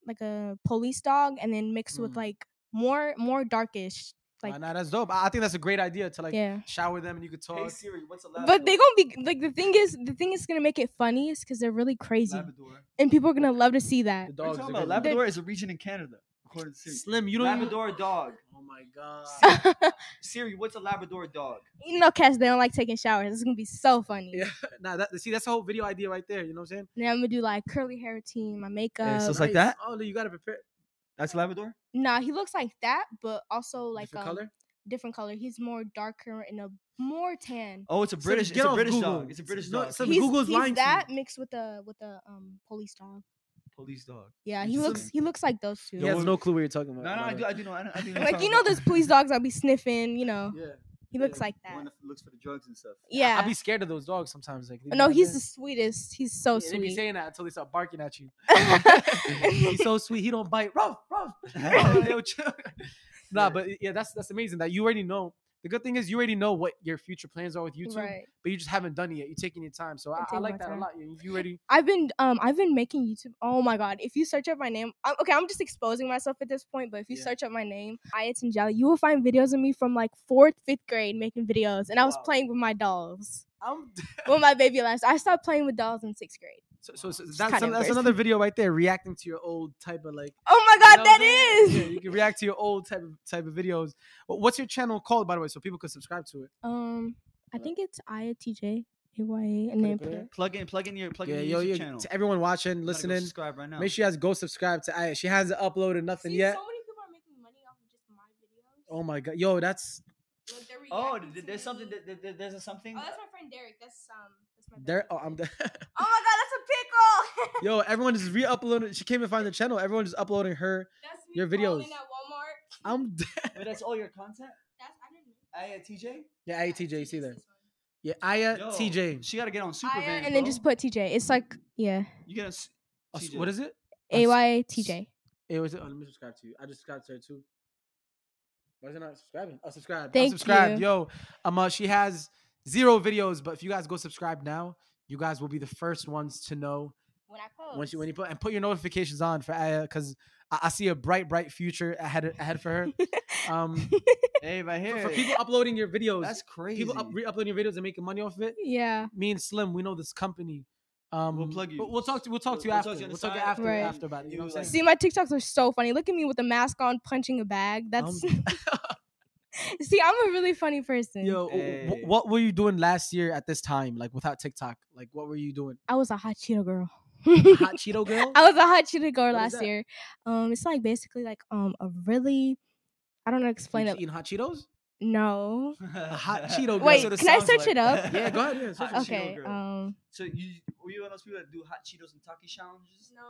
Speaker 2: like a police dog, and then mixed
Speaker 4: Mm.
Speaker 2: with like more more darkish.
Speaker 4: Like,
Speaker 2: like-
Speaker 4: nah, that's dope. I, I think that's a great idea to like
Speaker 2: yeah.
Speaker 4: shower them and you could talk.
Speaker 1: Hey Siri, what's a Labrador?
Speaker 2: But they gonna be like the thing is the thing is gonna make it funny is because they're really crazy
Speaker 1: Labrador.
Speaker 2: and people are gonna love to see that.
Speaker 4: The
Speaker 1: Are you
Speaker 4: dogs.
Speaker 1: talking
Speaker 4: are
Speaker 1: about
Speaker 4: good.
Speaker 1: Labrador is a region in Canada, according to Siri.
Speaker 4: Slim, you don't
Speaker 1: Labrador dog.
Speaker 4: even. Oh my god.
Speaker 1: Siri, what's a Labrador dog?
Speaker 2: you know, cats they don't like taking showers. It's gonna be so funny.
Speaker 4: yeah. Nah, that, see, that's the whole video idea right there. You know what I'm saying?
Speaker 2: And then I'm gonna do like curly hair routine, my makeup.
Speaker 1: so it's like that?
Speaker 4: Oh, no, you gotta prepare.
Speaker 1: That's Labrador.
Speaker 2: nah, he looks like that, but also like
Speaker 4: Different
Speaker 2: um,
Speaker 4: color.
Speaker 2: different color. He's more darker and a more tan.
Speaker 1: Oh, it's a British.
Speaker 4: Slim,
Speaker 1: it's
Speaker 4: get
Speaker 1: a
Speaker 4: off
Speaker 1: British
Speaker 4: Google.
Speaker 1: dog. It's a British
Speaker 4: No,
Speaker 1: dog.
Speaker 4: Slim,
Speaker 2: he's
Speaker 4: Google's
Speaker 2: he's
Speaker 4: lying to you.
Speaker 2: that mixed with the with the um police dog.
Speaker 1: Police dog.
Speaker 2: Yeah, he looks he looks like those two.
Speaker 4: He has
Speaker 1: what-
Speaker 4: no clue what you're talking
Speaker 1: No,
Speaker 4: about.
Speaker 1: no,
Speaker 4: by
Speaker 1: I
Speaker 4: the
Speaker 1: do, I do know. I, know- I do know.
Speaker 2: like you know those police dogs I'll be sniffing. You know,
Speaker 4: way. Yeah.
Speaker 2: he looks
Speaker 4: yeah.
Speaker 2: like
Speaker 1: The
Speaker 2: that.
Speaker 1: one that looks for the drugs and stuff.
Speaker 2: Yeah.
Speaker 4: I'd be scared of those dogs sometimes. Like. they
Speaker 2: No,
Speaker 4: be
Speaker 2: he's
Speaker 4: like,
Speaker 2: the sweetest. He's so
Speaker 4: "Yeah." Yeah, They be
Speaker 2: sweet.
Speaker 4: saying that until they start barking at you. he's so sweet. He don't bite. Ruff, ruff. Oh, yo, chill. nah, but yeah, that's that's amazing that you already know. The good thing is you already know what your future plans are with YouTube,
Speaker 2: Right.
Speaker 4: but you just haven't done it yet. You're taking your time, so I, I
Speaker 2: taking my
Speaker 4: like that
Speaker 2: time.
Speaker 4: a lot. You, you already
Speaker 2: I've been um I've been making YouTube. Oh my god! If you search up my name, i okay, I'm just exposing myself at this point. But if you
Speaker 4: Yeah.
Speaker 2: search up my name, Ayatin Jelly, you will find videos of me from like fourth, fifth grade making videos, and I was
Speaker 4: Wow.
Speaker 2: playing with my dolls.
Speaker 4: I'm
Speaker 2: With my baby last, I stopped playing with dolls in sixth grade.
Speaker 4: so, so, so
Speaker 2: Just
Speaker 4: that's
Speaker 2: kinda
Speaker 4: some, that's
Speaker 2: embarrassing.
Speaker 4: another video right there reacting to your old type of like
Speaker 2: Oh my god,
Speaker 4: know what I'm
Speaker 2: that
Speaker 4: saying?
Speaker 2: is.
Speaker 4: Yeah, you can react to your old type of type of videos. Wh- What's your channel called by the way, so people can subscribe to it?
Speaker 2: Um, I think it's Aya TJ A Y A, and then
Speaker 4: put it
Speaker 2: put-
Speaker 4: in.
Speaker 1: Plug in, plug in your, plug in
Speaker 4: Okay,
Speaker 1: your
Speaker 4: yo,
Speaker 1: YouTube
Speaker 4: yo,
Speaker 1: channel.
Speaker 4: to everyone watching,
Speaker 1: You gotta go
Speaker 4: listening,
Speaker 1: subscribe right now.
Speaker 4: make sure you guys go subscribe to Aya. She hasn't uploaded nothing yet.
Speaker 2: many people are making money off of just my videos.
Speaker 4: oh my god, yo, that's
Speaker 2: Like, they're
Speaker 1: Oh,
Speaker 2: reacting
Speaker 1: th-
Speaker 2: to
Speaker 1: there's something.
Speaker 2: me.
Speaker 1: th- th- th- There's a something.
Speaker 2: Oh, that's my friend Derek. That's um, that's my. best
Speaker 4: there.
Speaker 2: friend.
Speaker 4: Oh, I'm. The-
Speaker 2: Oh my god, that's a pickle.
Speaker 4: Yo, everyone is re-uploading. She came and find the channel. Everyone is uploading her.
Speaker 2: that's me
Speaker 4: Your
Speaker 2: crawling
Speaker 4: videos.
Speaker 2: At Walmart.
Speaker 4: I'm. d-
Speaker 1: Wait, that's all your content.
Speaker 2: That's I didn't. know
Speaker 1: Aya TJ.
Speaker 4: Yeah, Aya
Speaker 2: that.
Speaker 4: TJ, you see there.
Speaker 2: This one.
Speaker 4: Yeah, uh, Aya
Speaker 1: Yo,
Speaker 4: TJ.
Speaker 1: She gotta get on Supervan.
Speaker 2: Aya, and then just
Speaker 1: bro.
Speaker 2: put TJ. It's like yeah,
Speaker 1: You gotta. s-
Speaker 4: Oh, s-
Speaker 1: TJ.
Speaker 4: What is it?
Speaker 2: A
Speaker 4: Us-
Speaker 2: Y TJ.
Speaker 4: It was. Oh, let me subscribe to you. I just subscribed to her too. Why is it not subscribing? Oh, subscribe.
Speaker 2: Thank
Speaker 4: I'm subscribed.
Speaker 2: you.
Speaker 4: Yo, um, uh, she has zero videos, but if you guys go subscribe now, you guys will be the first ones to know
Speaker 5: when I
Speaker 2: Oh,
Speaker 5: post.
Speaker 4: When she when you put and put your notifications on for Aya because I, I see a bright bright future ahead ahead for her. Um,
Speaker 1: Hey, right
Speaker 4: for,
Speaker 1: here.
Speaker 4: for people uploading your videos,
Speaker 1: that's crazy.
Speaker 4: people up, re-uploading your videos and making money off of it.
Speaker 2: yeah.
Speaker 4: Me and Slim, we know this company. Um,
Speaker 1: plug you.
Speaker 4: but We'll talk to we'll talk to you
Speaker 1: We'll talk
Speaker 4: after.
Speaker 1: to you on
Speaker 4: we'll
Speaker 1: the
Speaker 4: talk to you
Speaker 1: side.
Speaker 4: after
Speaker 2: Right.
Speaker 4: after about it. You know what I'm
Speaker 1: You,
Speaker 4: saying?
Speaker 2: See, my TikToks are so funny. Look at me with a mask on, punching a bag. That's
Speaker 4: Um,
Speaker 2: see, I'm a really funny person.
Speaker 4: Yo, w- w-
Speaker 1: Hey.
Speaker 4: what were you doing last year at this time? Like without TikTok, like what were you doing?
Speaker 2: I was a hot Cheeto girl.
Speaker 4: Hot Cheeto girl.
Speaker 2: I was a hot Cheeto girl
Speaker 4: What is
Speaker 2: last
Speaker 4: that?
Speaker 2: year. Um, it's like basically like um a really, I don't know, how to explain
Speaker 4: You
Speaker 2: it.
Speaker 4: Eating hot Cheetos.
Speaker 2: No.
Speaker 1: a
Speaker 4: hot Cheeto girl.
Speaker 2: Wait,
Speaker 4: That's what
Speaker 2: it can I sounds search it like. up?
Speaker 4: Yeah, go ahead, yeah, search it.
Speaker 1: Hot Cheeto
Speaker 2: Okay.
Speaker 1: girl.
Speaker 2: Um.
Speaker 1: so you were you one of those people that do hot Cheetos and Taki challenges?
Speaker 2: No.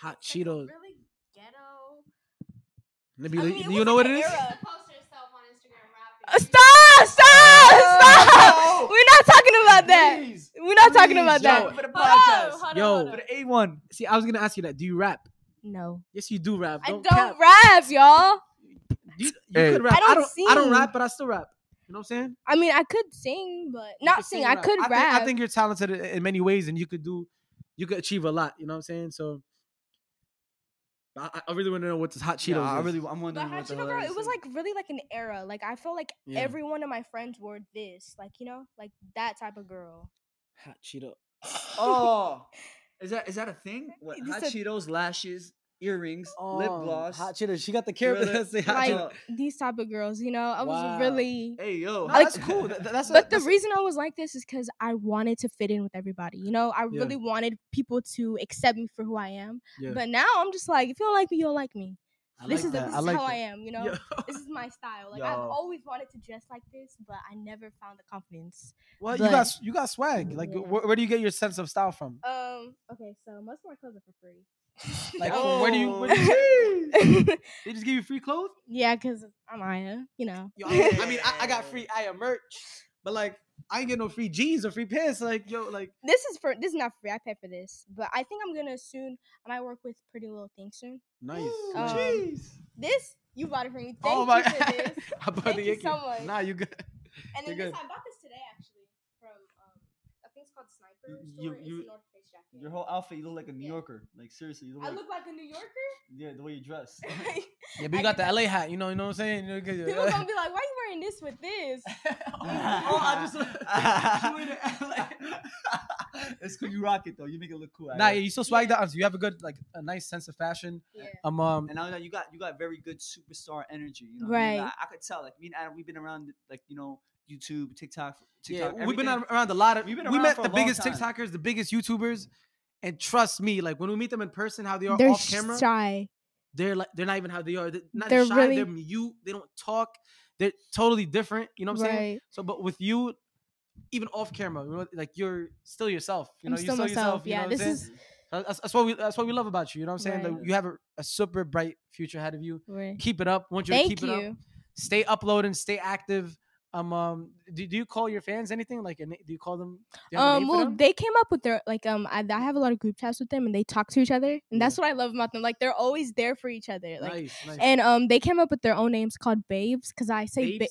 Speaker 4: Hot Cheetos.
Speaker 2: Really ghetto.
Speaker 4: Maybe
Speaker 2: I
Speaker 4: you-
Speaker 2: mean, it
Speaker 4: you
Speaker 2: was
Speaker 4: know what
Speaker 2: like
Speaker 4: it
Speaker 2: an
Speaker 4: is?
Speaker 2: era.
Speaker 4: Uh,
Speaker 5: Stop!
Speaker 2: Uh, Stop! Stop! Stop!
Speaker 1: No.
Speaker 2: We're not talking about that.
Speaker 1: Please,
Speaker 2: We're not talking
Speaker 1: please,
Speaker 2: about
Speaker 1: yo,
Speaker 2: that.
Speaker 1: For the
Speaker 2: Hold on,
Speaker 1: podcast.
Speaker 2: hold on,
Speaker 4: Yo.
Speaker 2: hold
Speaker 1: For
Speaker 2: on.
Speaker 1: the A one.
Speaker 4: See, I was gonna ask you that. Do you rap?
Speaker 2: No.
Speaker 4: Yes, you do rap.
Speaker 2: I don't
Speaker 4: cap.
Speaker 2: rap, y'all.
Speaker 4: Do You, you
Speaker 1: Hey.
Speaker 4: could rap. I
Speaker 2: I
Speaker 4: don't. I
Speaker 2: don't
Speaker 4: don't, I don't
Speaker 2: sing.
Speaker 4: rap, but I still rap. You know what I'm saying? You
Speaker 2: I mean, I could sing, but
Speaker 4: could
Speaker 2: not sing. I
Speaker 4: and rap.
Speaker 2: could
Speaker 4: I
Speaker 2: rap.
Speaker 4: Think, I think you're talented in- in many ways, and you could do, you could achieve a lot. You know what I'm saying? So, I, I- I really want to know what this hot Cheetos.
Speaker 1: Yeah, I
Speaker 4: is.
Speaker 1: really, I'm
Speaker 2: but
Speaker 1: wondering
Speaker 2: Hot
Speaker 1: what the
Speaker 2: Cheeto
Speaker 1: hell
Speaker 2: Girl,
Speaker 1: that
Speaker 2: it
Speaker 1: is.
Speaker 2: was like really like an era. Like I felt like
Speaker 4: Yeah.
Speaker 2: every one of my friends wore this, like you know, like that type of girl.
Speaker 4: hot Cheeto.
Speaker 1: oh, is that is that a thing? What,
Speaker 2: This
Speaker 1: hot
Speaker 2: a-
Speaker 1: Cheetos, lashes, earrings, lip
Speaker 4: Oh,
Speaker 1: gloss.
Speaker 4: Hot Cheetos. She got the
Speaker 1: thriller,
Speaker 4: carrot. Let's say hot
Speaker 2: Like-
Speaker 4: Cheetos.
Speaker 1: Cheeto.
Speaker 2: These type of girls, you know, I was
Speaker 4: Wow.
Speaker 2: really.
Speaker 1: Hey yo,
Speaker 4: No,
Speaker 2: like-
Speaker 4: that's cool. That- that's a-
Speaker 2: But the
Speaker 4: that's a-
Speaker 2: reason I was like this is because I wanted to fit in with everybody. You know, I
Speaker 4: Yeah.
Speaker 2: really wanted people to accept me for who I am.
Speaker 4: Yeah.
Speaker 2: But now I'm just like, if you don't like me, you don't like me.
Speaker 4: I
Speaker 2: this
Speaker 4: like
Speaker 2: is the-
Speaker 4: that.
Speaker 2: this
Speaker 4: I
Speaker 2: is
Speaker 4: like
Speaker 2: how
Speaker 4: that.
Speaker 2: I am. You know,
Speaker 4: Yo.
Speaker 2: this is my style. Like I've
Speaker 1: Yo.
Speaker 2: always wanted to dress like this, but I never found the confidence.
Speaker 4: Well, you
Speaker 2: But-
Speaker 4: got s- you got swag. Like,
Speaker 2: Yeah.
Speaker 4: wh- where, do you get your sense of style from?
Speaker 2: Um. Okay, so most of my clothes are for free.
Speaker 4: Like, from where do you? Where do you
Speaker 2: Oh.
Speaker 4: they just give you free clothes?
Speaker 2: yeah, because I'm Aya. You know.
Speaker 4: Yo, I, mean- I mean, I, I got free Aya merch, but like, I ain't get no free jeans or free pants. Like, yo, like,
Speaker 2: This is for this is not free. I paid for this, but I think I'm gonna soon. I might work with Pretty Little Thing soon.
Speaker 4: nice.
Speaker 2: Um,
Speaker 4: Jeez.
Speaker 2: This you bought it for me. Thank
Speaker 4: oh my
Speaker 2: you for
Speaker 4: god.
Speaker 2: this.
Speaker 4: I bought
Speaker 2: Thank
Speaker 4: the
Speaker 2: you
Speaker 4: Yankee.
Speaker 2: so much.
Speaker 4: Nah, you good.
Speaker 2: And then
Speaker 4: You're
Speaker 2: this,
Speaker 4: good.
Speaker 2: I bought this today actually from um, I think it's called Sniper.
Speaker 1: You-
Speaker 2: Store.
Speaker 1: you-
Speaker 2: it's a North Face jacket.
Speaker 1: Your whole outfit, you look like a New
Speaker 2: Yeah.
Speaker 1: Yorker. Like seriously, you look
Speaker 2: I
Speaker 1: like
Speaker 2: look like a New Yorker.
Speaker 1: yeah, the way you dress.
Speaker 2: Oh,
Speaker 4: Yeah, but you
Speaker 2: I
Speaker 4: got
Speaker 2: did
Speaker 4: the
Speaker 2: that.
Speaker 4: LA hat. You know, you know what I'm saying? You know, 'cause uh, you're-
Speaker 2: People gonna be like, "Why you wearing this with this?"
Speaker 4: oh, I just. she went to LA.
Speaker 1: it's cool. You rock it though. You make it look cool.
Speaker 4: Nah,
Speaker 1: Aya.
Speaker 4: yeah, you so swagged out. You have a good, like, a nice sense of fashion.
Speaker 2: Yeah.
Speaker 4: Um, um,
Speaker 1: And now that you got you got very good superstar energy. You know what I mean?
Speaker 2: Right.
Speaker 1: I, I could tell. Like me and Adam, we've been around like you know YouTube, TikTok,
Speaker 4: yeah,
Speaker 1: TikTok.
Speaker 4: we've been
Speaker 1: everything.
Speaker 4: ar- around a lot of.
Speaker 1: We've been
Speaker 4: we
Speaker 1: around
Speaker 4: met
Speaker 1: for a
Speaker 4: the
Speaker 1: long
Speaker 4: biggest
Speaker 1: time.
Speaker 4: TikTokers, the biggest YouTubers, and trust me, like when we meet them in person, how they are
Speaker 2: They're
Speaker 4: off camera,
Speaker 2: shy.
Speaker 4: they're like they're not even how they are. They're not
Speaker 2: They're
Speaker 4: shy.
Speaker 2: really-
Speaker 4: They're mute. They don't talk. They're totally different. You know what I'm saying?
Speaker 2: right.
Speaker 4: So, but with you, even off camera, you know, like you're still yourself. You
Speaker 2: I'm
Speaker 4: know,
Speaker 2: still
Speaker 4: you're still
Speaker 2: myself,
Speaker 4: yourself. you
Speaker 2: yeah,
Speaker 4: know what I'm
Speaker 2: this
Speaker 4: saying?
Speaker 2: is-
Speaker 4: So that's, that's what we that's what we love about you. You know what I'm saying? Like,
Speaker 2: Right.
Speaker 4: you have a, a super bright future ahead of you.
Speaker 2: Right.
Speaker 4: Keep it up. Want you to
Speaker 2: Thank
Speaker 4: keep it up.
Speaker 2: you.
Speaker 4: Stay uploading. Stay active. Um, um do, do you call your fans anything? Like, a na- do you call them? Do you have a
Speaker 2: Um,
Speaker 4: name for
Speaker 2: well,
Speaker 4: them?
Speaker 2: they came up with their like um. I, I have a lot of group chats with them, and they talk to each other, and that's what I love about them. Like they're always there for each other. Like,
Speaker 4: nice, nice.
Speaker 2: and um, they came up with their own names called Babes because I say ba-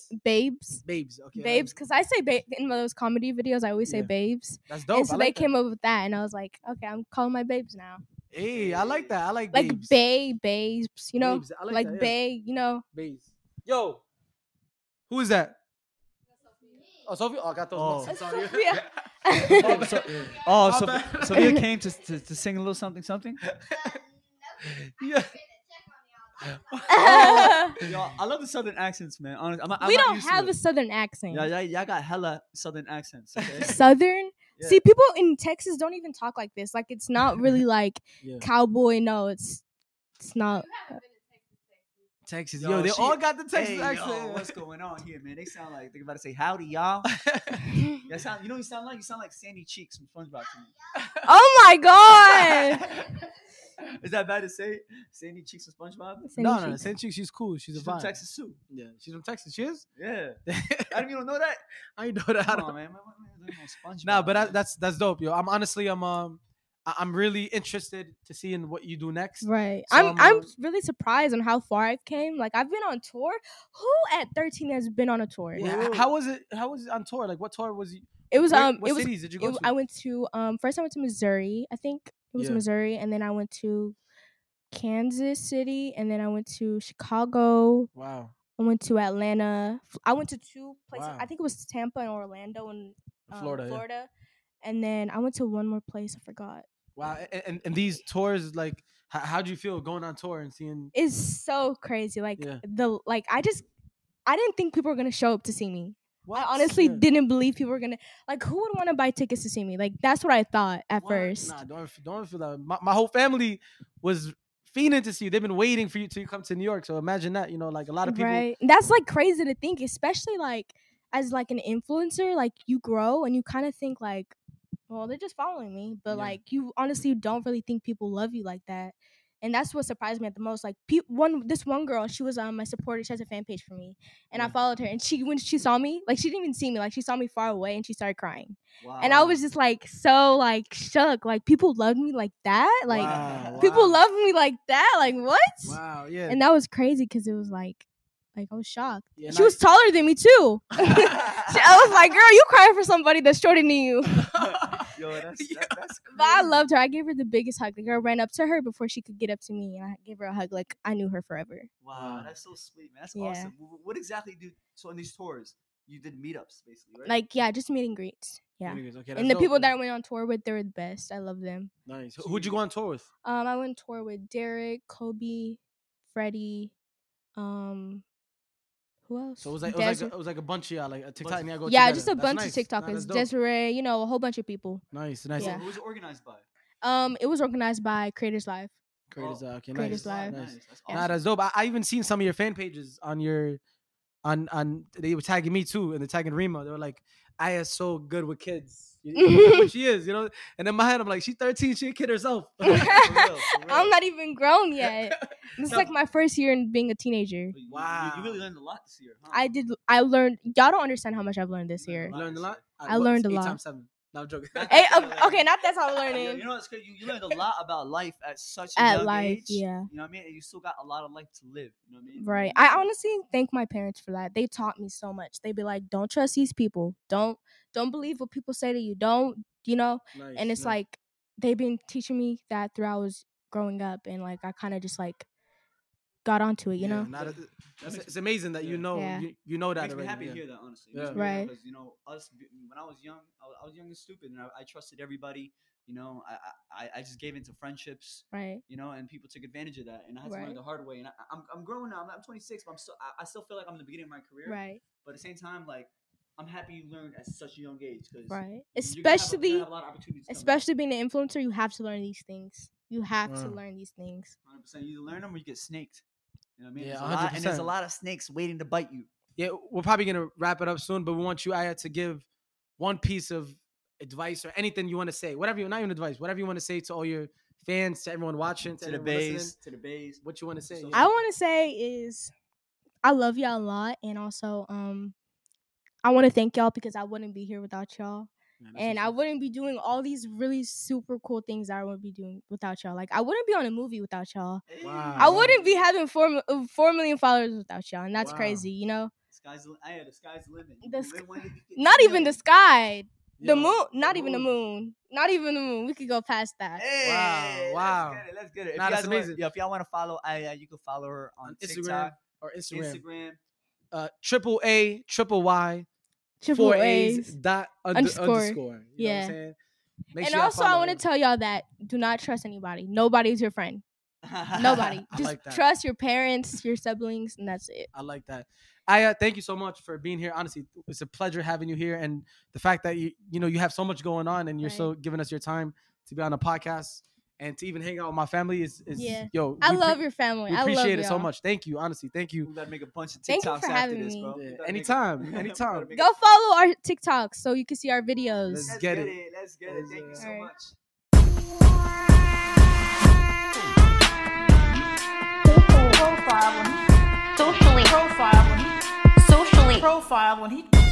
Speaker 2: Babes,
Speaker 4: Babes? babes. Okay,
Speaker 2: Babes because I say ba- in one of those comedy videos. I always say
Speaker 4: Yeah.
Speaker 2: Babes,
Speaker 4: That's dope.
Speaker 2: and so
Speaker 4: I like
Speaker 2: they came up with that, and I was like, okay, I'm calling my Babes now.
Speaker 4: That. Hey, I like that. I like
Speaker 2: Like
Speaker 4: babes.
Speaker 2: Bay, Babes, you know,
Speaker 4: Babes, I like
Speaker 2: like,
Speaker 4: that, yeah.
Speaker 2: Bay, you know.
Speaker 4: babes. Yo, who is that? Oh,
Speaker 5: Um,
Speaker 4: Sophie. Oh, I got
Speaker 1: Oh.
Speaker 4: those. mixed up, sorry.
Speaker 2: Sophia.
Speaker 1: Oh,
Speaker 4: Oh, so- My
Speaker 1: so
Speaker 4: bad.
Speaker 1: Sophia came to, to to sing a little something something.
Speaker 4: Yeah.
Speaker 1: Yo, I love the southern accents, man. Honestly, I'm, not- I'm
Speaker 2: we
Speaker 1: not
Speaker 2: don't
Speaker 1: used to
Speaker 2: have
Speaker 1: it.
Speaker 2: a southern accent.
Speaker 1: Yeah, yeah, y'all got hella southern accents. Okay?
Speaker 2: Southern.
Speaker 1: Yeah.
Speaker 2: See, people in Texas don't even talk like this. Like, it's not really like
Speaker 4: Yeah.
Speaker 2: cowboy. No, it's it's not.
Speaker 4: Texas. Yo,
Speaker 1: Yo,
Speaker 4: they
Speaker 1: she-
Speaker 4: all got the Texas
Speaker 1: Hey,
Speaker 4: accent.
Speaker 1: yo, what's going on here, man? They sound like they're about to say howdy, y'all. Yeah, sound, you know, what you sound like you sound like Sandy Cheeks from SpongeBob to me.
Speaker 2: oh my god!
Speaker 1: Is that bad to say? Sandy Cheeks from SpongeBob?
Speaker 4: no, no,
Speaker 2: Sandy
Speaker 4: no.
Speaker 2: Cheeks.
Speaker 4: Saint Chick, she's cool. She's,
Speaker 1: She's
Speaker 4: a
Speaker 1: from
Speaker 4: vibe.
Speaker 1: Texas too.
Speaker 4: Yeah, she's from Texas. She is.
Speaker 1: Yeah.
Speaker 4: I
Speaker 1: Adam, you don't know that?
Speaker 4: ain't know that. I
Speaker 1: Come
Speaker 4: don't.
Speaker 1: on, man. My- my- my- they're on SpongeBob,
Speaker 4: Nah, but
Speaker 1: man.
Speaker 4: that, that's that's dope, yo. I'm honestly, I'm um, I- I'm really interested to seeing what you do next.
Speaker 2: Right.
Speaker 4: So
Speaker 2: I'm
Speaker 4: I'm,
Speaker 2: I'm
Speaker 4: uh,
Speaker 2: really surprised on how far I've came. Like I've been on tour. Who at 13 has been on a tour?
Speaker 4: Yeah, h- How was it? How was it on tour? Like, what tour was you?
Speaker 2: It was
Speaker 4: where-
Speaker 2: um
Speaker 4: what
Speaker 2: it was
Speaker 4: cities did you
Speaker 2: it
Speaker 4: go
Speaker 2: w-
Speaker 4: to?
Speaker 2: I went to um first I went to Missouri. I think It was
Speaker 4: Yeah.
Speaker 2: Missouri, and then I went to Kansas City, and then I went to Chicago.
Speaker 4: Wow.
Speaker 2: I went to Atlanta. F- I went to two places.
Speaker 4: Wow.
Speaker 2: I think it was Tampa and Orlando and um,
Speaker 4: Florida. yeah.
Speaker 2: Florida. And then I went to one more place. I forgot.
Speaker 4: Wow. a- a- And, and these tours, like, how, how do you feel going on tour and seeing?
Speaker 2: It's so crazy. Like
Speaker 4: Yeah.
Speaker 2: the like I just I didn't think people were gonna show up to see me.
Speaker 4: What?
Speaker 2: I honestly
Speaker 4: Yeah.
Speaker 2: didn't believe people were gonna like who would want to buy tickets to see me? Like that's what I thought at
Speaker 4: What?
Speaker 2: first.
Speaker 4: Nah, don't f- don't feel that. My, my whole family was fiending to see you. They've been waiting for you to come to New York. So imagine that. You know, like a lot of people.
Speaker 2: Right. And That's like crazy to think, especially like as like an influencer, like you grow and you kind of think like, well, they're just following me, but
Speaker 4: Yeah.
Speaker 2: like you honestly don't really think people love you like that. And that's what surprised me at the most. Like pe- one, this one girl, she was um, my supporter. She has a fan page for me, and I
Speaker 4: Yeah.
Speaker 2: followed her. And she, when she saw me, like she didn't even see me. Like she saw me far away, and she started crying.
Speaker 1: Wow.
Speaker 2: And I was just like so like shook. Like people loved me like that. Like
Speaker 4: Wow,
Speaker 2: people
Speaker 4: wow.
Speaker 2: loved me like that. Like what?
Speaker 4: Wow. Yeah.
Speaker 2: and that was crazy because it was like like i was shocked
Speaker 4: yeah,
Speaker 2: she
Speaker 4: nah,
Speaker 2: was taller than me too She- i was like girl you crying for somebody that's shorter than you
Speaker 1: Yo, that's, that, that's crazy.
Speaker 2: but i loved her i gave her the biggest hug the girl ran up to her before she could get up to me and i gave her a hug like i knew her forever
Speaker 1: Wow,
Speaker 4: Wow.
Speaker 1: that's so sweet, man. That's
Speaker 2: Yeah.
Speaker 1: awesome. Wh- What exactly do so on these tours? You did meetups basically, right?
Speaker 2: like yeah just meet and greets yeah
Speaker 4: Anyways, okay, that's
Speaker 2: and the
Speaker 4: dope,
Speaker 2: people that
Speaker 4: man.
Speaker 2: i went on tour with they were the best i love them
Speaker 4: nice. Who- Who'd you go on tour with?
Speaker 2: um i went on tour with derek kobe freddie um who else
Speaker 4: So it was like it was like,
Speaker 2: Desir-
Speaker 4: a, it was like a bunch of y'all, like a TikTok. and y'all go
Speaker 2: yeah
Speaker 4: together.
Speaker 2: just a
Speaker 4: That's
Speaker 2: bunch
Speaker 4: nice.
Speaker 2: of
Speaker 4: Nah,
Speaker 2: tiktokers
Speaker 4: that's dope.
Speaker 2: desiree you know a whole bunch of people
Speaker 4: nice, nice.
Speaker 1: So
Speaker 2: yeah.
Speaker 1: who was it organized by?
Speaker 2: Um, it was organized by Creators Live.
Speaker 4: Great
Speaker 1: Oh,
Speaker 4: as okay,
Speaker 2: great
Speaker 4: nice,
Speaker 2: as live.
Speaker 4: nice.
Speaker 1: That's
Speaker 2: Yeah.
Speaker 4: Nah,
Speaker 1: awesome.
Speaker 4: that's dope. I, I even seen some of your fan pages on your, on on. They were tagging me too, and they're tagging Rima. They were like, "I is so good with kids." You- you know, but she is, you know. And in my head, I'm like, "She's 13. She a kid herself."
Speaker 1: real, for
Speaker 2: I'm
Speaker 1: real.
Speaker 2: not even grown yet. This is
Speaker 4: No.
Speaker 2: like my first year in being a teenager.
Speaker 1: But you- you- You,
Speaker 4: Wow.
Speaker 1: really learned a lot this year. Huh?
Speaker 2: I did. I learned. Y'all don't understand how much I've learned this
Speaker 1: You learned
Speaker 2: year.
Speaker 4: You learned a lot. Alright,
Speaker 2: I
Speaker 4: well,
Speaker 2: learned
Speaker 4: it's
Speaker 2: a
Speaker 4: eight
Speaker 2: lot.
Speaker 4: times seven. No, I'm joking.
Speaker 1: That's
Speaker 2: Hey,
Speaker 1: what
Speaker 2: um,
Speaker 1: I learned.
Speaker 2: okay, not that's how I'm
Speaker 1: You-
Speaker 2: learning.
Speaker 1: You know, it's good. You, you learned a lot about life at such a
Speaker 2: At
Speaker 1: young
Speaker 2: life,
Speaker 1: age.
Speaker 2: yeah.
Speaker 1: You know what I mean? And you still got a lot of life to live. You know what I mean?
Speaker 2: Right.
Speaker 1: You
Speaker 2: I
Speaker 1: still-
Speaker 2: honestly thank my parents for that. They taught me so much. They'd be like, "Don't trust these people. Don't don't believe what people say to you. Don't you know?"
Speaker 4: Nice,
Speaker 2: And it's
Speaker 4: nice.
Speaker 2: like they've been teaching me that throughout I was growing up, and like I kind of just like got onto it, you know.
Speaker 4: Yeah, not a- that's,
Speaker 1: makes-
Speaker 4: it's amazing that you
Speaker 1: yeah.
Speaker 4: know
Speaker 2: Yeah.
Speaker 4: you, you know
Speaker 1: It
Speaker 4: that
Speaker 1: makes me
Speaker 4: already,
Speaker 1: happy
Speaker 4: yeah.
Speaker 1: to hear that, honestly.
Speaker 4: Yeah.
Speaker 2: Right.
Speaker 1: Because you know, us b- when I was young, I was, I was young and stupid, and I, I trusted everybody. You know, I, I- I I just gave into friendships.
Speaker 2: Right.
Speaker 1: You know, and people took advantage of that, and I had to learn
Speaker 2: Right.
Speaker 1: the hard way. And I, I- I'm I'm growing now. I'm, I'm 26, but I'm still I, I still feel like I'm in the beginning of my career.
Speaker 2: Right.
Speaker 1: But at the same time, like I'm happy you learned at such a young age because
Speaker 2: Right.
Speaker 1: you're gonna have a- you're gonna
Speaker 2: Especially.
Speaker 1: have a lot of opportunities coming up.
Speaker 2: especially being an influencer, you have to learn these things. You have to
Speaker 4: Wow.
Speaker 2: learn these things.
Speaker 1: 100%. You either learn them or you get snaked. You know what I mean?
Speaker 4: Yeah,
Speaker 1: There's a lot- and there's a
Speaker 4: 100%.
Speaker 1: lot of snakes waiting to bite you.
Speaker 4: yeah, we're probably gonna wrap it up soon, but we want you, Aya, to give one piece of advice or anything you want to say, whatever you not even advice, whatever you want to say to all your fans, to everyone watching, to,
Speaker 1: To the
Speaker 4: everyone listening,
Speaker 1: bays. To the bays.
Speaker 4: What you want to say?
Speaker 1: So-
Speaker 4: yeah.
Speaker 2: I want to say is I love y'all a lot, and also um I want to thank y'all because I wouldn't be here without y'all,
Speaker 4: Yeah, that's
Speaker 2: and
Speaker 4: what's
Speaker 2: I
Speaker 4: up.
Speaker 2: wouldn't be doing all these really super cool things that I would be doing without y'all. Like I wouldn't be on a movie without y'all.
Speaker 4: Wow.
Speaker 2: I
Speaker 4: Wow.
Speaker 2: wouldn't be having four mi- uh, four million followers without y'all, and that's
Speaker 4: Wow.
Speaker 2: crazy, you know.
Speaker 1: Sky's the, yeah, the sky's the limit.
Speaker 2: The
Speaker 1: You
Speaker 2: sk-
Speaker 1: live one day, you get
Speaker 2: Not even the
Speaker 1: million.
Speaker 2: sky,
Speaker 4: Yeah.
Speaker 2: the moon, not even the moon, not even the moon. We could go past that.
Speaker 4: Eh,
Speaker 1: Hey,
Speaker 4: wow.
Speaker 1: Let's get it. Let's get it. If
Speaker 4: Nah,
Speaker 1: you
Speaker 4: that's
Speaker 1: guys wanna-
Speaker 4: amazing.
Speaker 1: yeah, if y'all want to follow Aya, you can follow her on
Speaker 4: On Instagram
Speaker 1: TikTok,
Speaker 4: or Instagram.
Speaker 1: Instagram.
Speaker 4: Uh, triple A, triple Y,
Speaker 2: Triple
Speaker 4: four
Speaker 2: A's.
Speaker 4: A's dot under,
Speaker 2: Underscore.
Speaker 4: underscore. You know what
Speaker 2: Yeah.
Speaker 4: I'm saying? Make
Speaker 2: and
Speaker 4: sure y'all
Speaker 2: also, I
Speaker 4: follow
Speaker 2: want to
Speaker 4: her.
Speaker 2: tell y'all that do not trust anybody. Nobody's your friend. Nobody.
Speaker 4: I
Speaker 2: Just
Speaker 4: like that.
Speaker 2: trust your parents, your siblings, and that's it.
Speaker 4: I like that. Aya, thank you so much for being here. Honestly, it's a pleasure having you here, and the fact that you you know you have so much going on, and you're
Speaker 2: Right.
Speaker 4: so giving us your time to be on a podcast and to even hang out with my family is is
Speaker 2: Yeah.
Speaker 4: yo.
Speaker 2: I
Speaker 4: we
Speaker 2: love
Speaker 4: pre-
Speaker 2: your family.
Speaker 4: We
Speaker 2: I
Speaker 4: appreciate
Speaker 2: love
Speaker 4: it so
Speaker 2: y'all.
Speaker 4: much. Thank you, honestly. Thank
Speaker 1: We
Speaker 4: you.
Speaker 1: gotta make a bunch of TikToks
Speaker 2: Thank you for
Speaker 1: after
Speaker 2: having
Speaker 1: this,
Speaker 2: me.
Speaker 1: bro. We
Speaker 4: Yeah,
Speaker 1: gotta make a-
Speaker 4: anytime,
Speaker 1: we gotta
Speaker 4: anytime.
Speaker 1: make a-
Speaker 2: Go follow our TikToks so you can see our videos.
Speaker 4: Let's
Speaker 1: Let's
Speaker 4: get
Speaker 1: get
Speaker 4: it.
Speaker 1: it. Let's get it.
Speaker 4: Let's,
Speaker 1: Thank
Speaker 4: uh,
Speaker 1: you so
Speaker 2: Alright.
Speaker 1: much.
Speaker 3: Profiling. Socially profiling. Socially profiling.